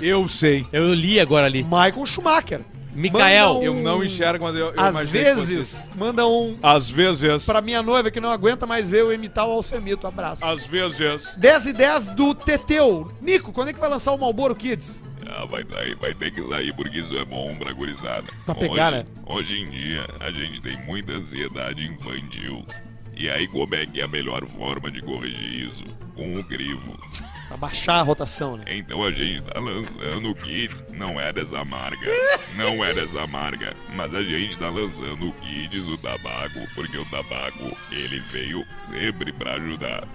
S2: Eu sei.
S1: Eu li agora ali.
S4: Michael Schumacher.
S1: Micael.
S4: Manda um
S2: Eu não enxergo, mas eu, eu
S4: Hum. Às
S2: imaginei que fosse isso.
S4: vezes, manda um
S2: Às vezes.
S4: pra minha noiva que não aguenta mais ver eu imitar o Alcemito. Abraço.
S2: Às vezes.
S4: 10 e 10 do Teteu. Nico, quando é que vai lançar o Malboro Kids?
S6: Ah, vai daí, vai ter que sair porque isso é bom pra gurizada.
S4: Pra pegar,
S6: hoje,
S4: né?
S6: hoje em dia, a gente tem muita ansiedade infantil. E aí, como é que é a melhor forma de corrigir isso? Com o crivo.
S4: Pra baixar a rotação, né?
S6: Então a gente tá lançando o Kids, não é dessa marca, não é dessa marca, mas a gente tá lançando o Kids, o tabaco, porque o tabaco, ele veio sempre pra ajudar.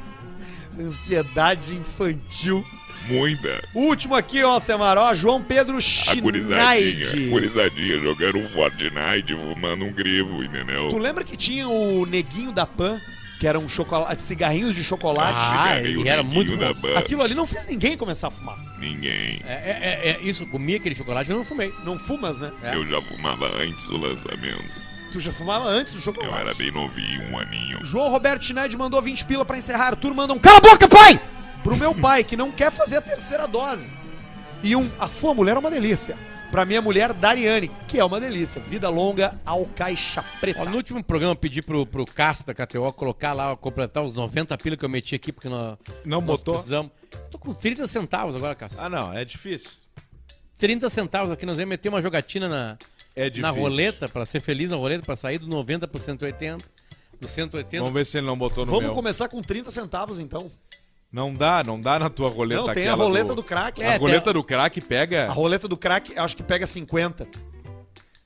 S4: Ansiedade infantil.
S6: Muita
S4: Último aqui, ó, Semaró. João Pedro
S6: a gurizadinha,
S4: Schneid.
S6: gurizadinha jogando um Fortnite, fumando um grivo, entendeu?
S4: Tu lembra que tinha o neguinho da Pan, que eram chocolate, cigarrinhos de chocolate?
S1: Ah,
S6: Cigarrinho
S1: ele era muito
S6: neguinho da
S1: bom.
S2: Ah.
S6: ban-
S4: Aquilo ali não fez ninguém começar a fumar.
S6: Ninguém.
S1: É, é, é, é isso, comi aquele chocolate e eu não fumei.
S4: Não fumas, né?
S1: É.
S6: Eu já fumava antes do lançamento.
S2: É.
S4: Tu já fumava antes do
S6: Eu
S4: chocolate.
S6: era bem novinho, um aninho.
S4: João Roberto Schneid mandou 20 pila pra encerrar. Arthur manda um Cala a boca, pai! Pro meu pai, que não quer fazer a terceira dose. E um A sua mulher é uma delícia. Pra minha mulher, Dariane, que é uma delícia. Vida longa ao caixa preta.
S1: Ó, no último programa eu pedi pro, pro Cássio da KTO colocar lá, ó, completar os 90 pila que eu meti aqui, porque nós,
S2: Não
S1: nós
S2: botou?
S1: precisamos. Tô com 30 centavos agora, Cássio.
S2: Ah, não, é difícil.
S1: 30 centavos aqui, nós ia meter uma jogatina na,
S2: É difícil.
S1: na roleta, pra ser feliz na roleta, pra sair do 90 pro 180, do 180
S2: Vamos ver se ele não botou no
S4: Vamos
S2: meu.
S4: começar com 30 centavos, então.
S2: Não dá, não dá na tua roleta
S4: Não, tem a
S2: aquela É.
S4: roleta do crack. é.
S2: A roleta do crack
S4: A
S2: pega.
S4: roleta do crack, acho que pega 50.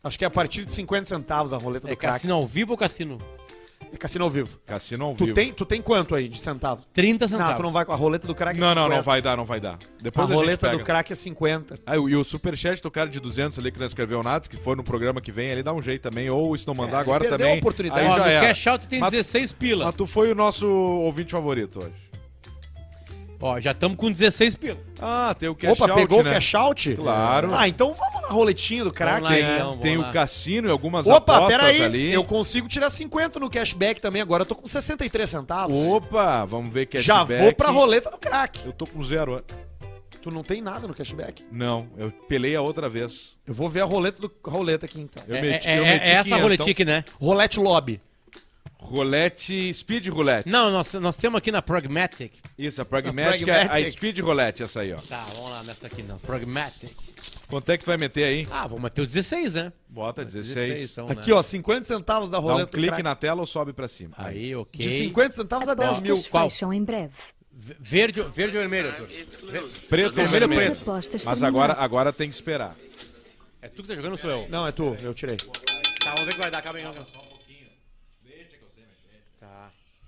S4: Acho que é a partir de 50 centavos a roleta
S1: É
S4: do crack.
S1: cassino ao vivo ou cassino?
S4: É cassino ao vivo.
S2: Cassino ao
S4: Tu
S2: vivo.
S4: tem, tu tem quanto aí de centavo?
S1: 30
S4: Não,
S1: centavos.
S4: tu não vai com a roleta do crack é
S2: Não, não,
S4: 50.
S2: não vai dar, não vai dar.
S4: A
S2: Depois a, gente
S4: roleta
S2: pega.
S4: do crack é 50.
S2: Ah, e o superchat do cara de 200 ali que não escreveu nada, que foi no programa que vem, ele dá um jeito também. Ou se não mandar agora
S4: É, perdeu a
S2: também.
S4: oportunidade.
S2: Aí
S1: Então, Ó,
S2: já
S1: no
S2: era.
S1: cash out tem
S2: Mas-
S1: 16 pila.
S2: Mas tu foi o nosso ouvinte favorito hoje.
S1: Ó, já estamos com 16 pila.
S2: Ah, tem o cash
S4: Opa,
S2: out,
S4: pegou
S2: né?
S4: o cash out?
S2: Claro.
S4: Ah, então vamos na roletinha do crack,
S1: Vamos lá,
S4: né?
S1: então.
S2: Tem
S1: Vamos
S2: o
S1: lá.
S2: cassino e algumas
S4: Opa,
S2: apostas
S4: peraí.
S2: ali.
S4: Eu consigo tirar 50 no cashback também agora. Eu tô com 63 centavos.
S2: Opa, vamos ver cashback.
S4: Já vou pra roleta do crack.
S2: Eu tô com zero.
S4: Tu não tem nada no cashback?
S2: Não, eu pelei a outra vez.
S4: Eu vou ver a roleta do roleta aqui então.
S2: Eu
S1: É,
S2: meti, então.
S1: é-
S2: eu
S1: é-
S2: meti
S1: é essa a
S2: 500,
S1: roletinha aqui, né?
S4: Rolete lobby.
S2: Rolete, speed roulette.
S1: Não, nós, nós temos aqui na Pragmatic.
S2: Isso, a pragmática, a,
S4: Pragmatic.
S2: speed roulette, essa aí, ó.
S1: Tá, vamos lá nessa aqui, não. Pragmatic.
S2: Quanto é que tu vai meter aí?
S1: Ah, vamos meter o 16, né?
S2: Bota 16.
S1: então, né?
S4: Aqui, ó, 50 centavos da
S2: Dá um
S4: roleta do
S2: clique
S4: crack.
S2: na tela ou sobe pra cima.
S1: Aí, ok.
S4: De 50 centavos a 10
S1: Ó,
S4: mil.
S8: Apostas
S1: qual?
S8: fecham em breve.
S1: Ve- Verde, verde ou vermelho, Arthur?
S2: Preto ou
S1: Vermelho ou
S2: vermelho?
S1: preto?
S8: Apostas
S2: Mas agora,
S8: terminaram.
S2: agora tem que esperar.
S1: É tu que tá jogando ou sou eu?
S4: Não, é tu, eu tirei.
S1: Tá, vamos ver o que vai dar. Calma aí, calma aí.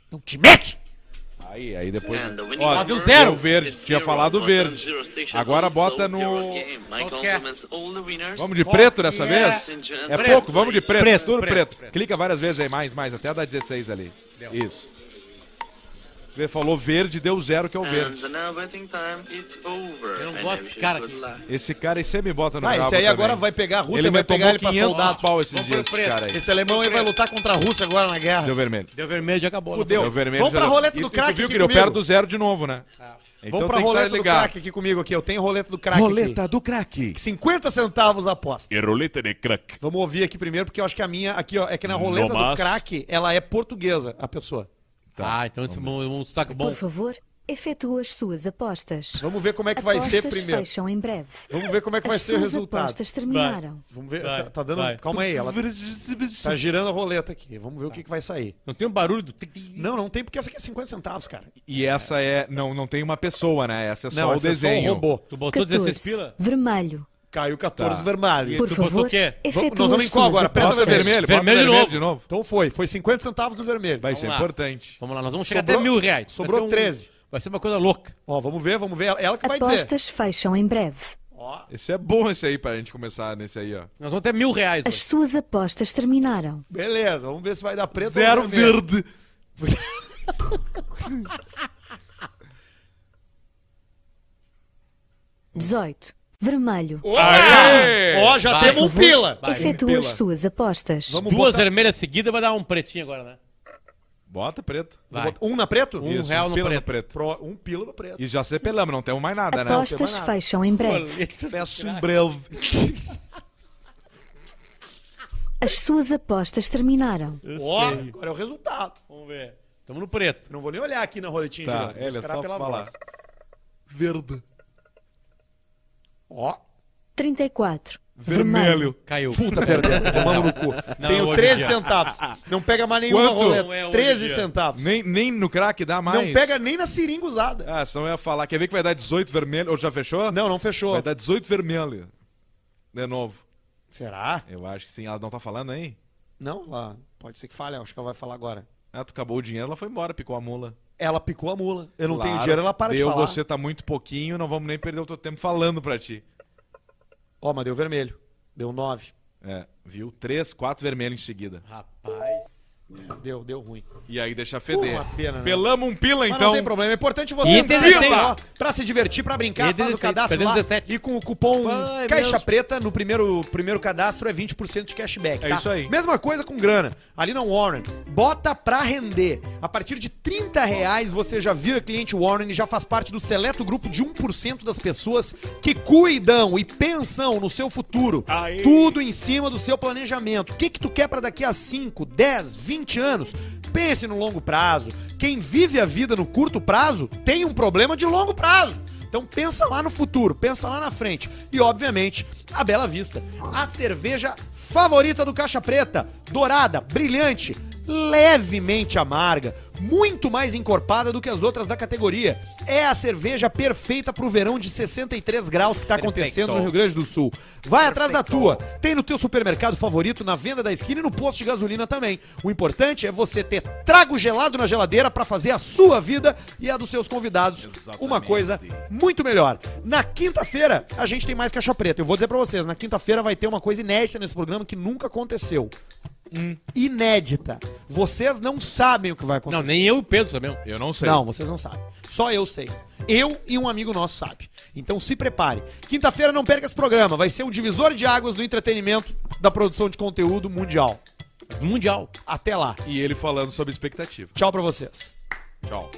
S4: Não te mete!
S2: Aí, aí depois.
S1: Ó,
S2: Ó,
S1: deu
S2: deu
S1: zero.
S2: o verde, tinha falado o verde. Agora bota no. Vamos de preto dessa vez? É
S1: Preto.
S2: pouco, vamos de preto,
S1: Preto,
S2: tudo
S1: preto,
S2: preto.
S1: preto.
S2: Clica várias vezes aí, mais, mais, até dar 16 ali. Isso. Você falou verde, deu zero,
S1: Ah,
S2: que é o verde.
S1: Eu não gosto desse cara aqui.
S2: Esse cara aí sempre bota no
S4: Ah, esse
S2: rabo
S4: aí agora
S2: também.
S4: vai pegar a Rússia,
S2: ele
S4: vai
S2: me tomou
S4: pegar ele pra
S2: 500
S4: soldado.
S2: pau esses
S1: Vamos
S2: dias,
S1: pro
S2: esse
S1: preto.
S2: cara aí.
S4: Esse alemão aí vai lutar contra a Rússia agora na guerra.
S2: Deu vermelho. né?
S1: Deu vermelho, joga a bola.
S2: Deu vermelho.
S4: Vamos
S2: já
S4: pra
S2: deu.
S4: roleta
S2: E-
S4: do
S2: e
S4: crack
S2: Tu viu
S4: aqui
S2: que eu
S4: comigo.
S2: perdo zero de novo, né? Então
S4: Ah. Vamos pra
S2: tem que
S4: roleta do
S2: ligar.
S4: crack aqui comigo aqui. Eu tenho roleta do crack aqui.
S2: do crack.
S4: 50 centavos a aposta.
S2: É
S9: E roleta de crack.
S4: Vamos ouvir aqui primeiro, porque eu acho que a minha, aqui, ó, é que na
S9: No
S4: roleta
S9: mas.
S4: do crack, ela é portuguesa, a pessoa.
S1: Ah, então esse é um, um saco bom.
S8: Por favor, efetua as suas apostas.
S4: Vamos ver como é que vai
S8: apostas
S4: ser primeiro.
S8: fecham em breve.
S4: Vamos ver como é que vai
S8: As
S4: ser o
S8: suas
S4: resultado.
S8: apostas terminaram.
S4: Vamos ver,
S1: Vai,
S4: tá, tá dando.
S1: vai.
S4: Calma aí, ela tá girando a roleta aqui. Vamos ver o que, que vai sair.
S1: Não tem um barulho do...
S4: Não, não tem, porque essa aqui é 50 centavos, cara.
S2: E essa é. Não, não tem uma pessoa, né? Essa é só
S4: Não,
S2: o
S4: essa é só
S2: desenho.
S4: um robô.
S1: Tu botou 16 pila?
S8: Vermelho.
S4: Caiu
S2: Tá.
S4: 14 vermelho.
S8: Por
S1: tu botou
S8: favor,
S1: o quê?
S4: Vamos-
S8: efetua
S4: nós vamos em
S8: as
S4: qual
S8: suas
S4: agora? Pera,
S8: apostas.
S2: Bota vermelho,
S1: Vermelho
S2: bota
S1: de
S2: vermelho de novo.
S4: Então foi, foi 50 centavos do vermelho.
S2: Vai ser
S1: lá.
S2: importante.
S1: Vamos lá, nós vamos chegar
S4: Sobrou-
S1: até mil reais. Vai
S4: sobrou
S1: ser um-
S4: 13.
S1: Vai ser uma coisa louca.
S4: Ó, vamos ver, vamos ver. Ela é que vai dizer.
S8: Apostas fecham em breve.
S4: Ó,
S2: Esse é bom esse aí pra gente começar nesse aí, ó.
S1: Nós vamos até mil reais.
S8: As
S1: hoje.
S8: suas apostas terminaram.
S4: beleza, vamos ver se vai dar preto
S2: Zero
S4: vermelho.
S2: verde.
S8: Dezoito. Vermelho.
S2: Aê!
S4: Ó, já
S1: Vai.
S4: temos um pila.
S1: Vai.
S8: efetua as suas apostas.
S4: Vamos
S1: Duas
S4: botar
S1: vermelhas seguidas vai dar um pretinho agora, né?
S2: Bota preto.
S1: Vai.
S4: botar um na preto?
S1: Um real no
S2: pila
S1: preto.
S4: Pro- um pila no preto.
S2: E já se pelamos, não temos mais nada, né?
S8: Apostas fecham em breve.
S2: Fecha um breve.
S8: As suas apostas terminaram.
S4: Ó, agora é o resultado.
S1: Vamos ver. Tamo no preto.
S4: Não vou nem olhar aqui na roletinha,
S2: Tá,
S4: Juliano.
S2: ele é só falar. Verde.
S4: Ó,
S2: Tá
S8: 34.
S2: Vermelho.
S1: Caiu.
S4: puta perdendo, tomando no cu.
S1: Não,
S4: Tenho
S1: hoje
S4: 13
S1: em dia.
S4: centavos. Não pega mais nenhuma
S2: Quanto?
S1: Não é
S4: roleta.
S1: hoje
S4: 13
S1: em dia.
S4: centavos.
S2: Nem, nem no crack dá mais.
S4: Não pega nem na seringa usada.
S2: Ah, senão eu ia falar. Quer ver que vai dar 18 vermelho? Ou já fechou?
S4: Não, não fechou.
S2: Vai dar 18 vermelho. De novo.
S4: Será?
S2: Eu acho que sim. Ela não tá falando aí?
S4: Não, lá. Pode ser que falhe, acho que ela vai falar agora.
S2: Ah, tu acabou o dinheiro, ela foi embora, picou a mula.
S4: Ela picou a mula. Eu não
S2: Claro,
S4: tenho dinheiro, ela para de
S2: deu,
S4: falar.
S2: você tá muito pouquinho, não vamos nem perder o teu tempo falando pra ti.
S4: Ó, mas deu vermelho. Deu 9.
S2: É, viu? Três, quatro vermelhos em seguida.
S1: Rapaz.
S4: Deu, deu ruim.
S2: E aí deixa feder.
S4: Uma pena, né?
S2: Pelamos um pila,
S4: Mas
S2: então.
S4: não tem problema. É importante você
S1: E
S4: entrar
S1: tem
S4: no
S1: lá.
S4: ó, pra se divertir, pra brincar,
S1: E
S4: faz o
S1: 16,
S4: cadastro
S1: perdeu
S4: lá.
S1: 17.
S4: E com o cupom
S2: Vai,
S4: Caixa
S2: mesmo.
S4: Preta no primeiro, primeiro cadastro é 20% de cashback,
S2: É
S4: tá?
S2: isso aí.
S4: Mesma coisa com grana. Ali na Warren, bota pra render. A partir de 30 reais você já vira cliente Warren e já faz parte do seleto grupo de 1% das pessoas que cuidam e pensam no seu futuro. Tudo em cima do seu planejamento. O que que tu quer pra daqui a 5, 10, 20 anos? Pense no longo prazo. Quem vive a vida no curto prazo tem um problema de longo prazo. Então pensa lá no futuro, pensa lá na frente. E obviamente, a Bela Vista, a cerveja favorita do Caixa Preta, dourada, brilhante, levemente amarga, muito mais encorpada do que as outras da categoria. É a cerveja perfeita pro verão de 63 graus que tá acontecendo no Rio Grande do Sul. Vai atrás da tua. Tem no teu supermercado favorito, na venda da esquina e no posto de gasolina também. O importante é você ter trago gelado na geladeira pra fazer a sua vida e a dos seus convidados uma coisa muito melhor. Na quinta-feira, a gente tem mais caixa preta. Eu vou dizer pra vocês, na quinta-feira vai ter uma coisa inédita nesse programa que nunca aconteceu. Inédita. Vocês não sabem o que vai acontecer.
S1: Hum. Não, nem eu e o Pedro sabemos.
S2: Eu não sei.
S4: Não, vocês não sabem. Só eu sei. Eu e um amigo nosso sabe. Então se prepare. Quinta-feira não perca esse programa. Vai ser um divisor de águas do entretenimento da produção de conteúdo mundial.
S1: Mundial.
S4: Até lá.
S2: E ele falando sobre expectativa.
S4: Tchau pra vocês.
S2: Tchau.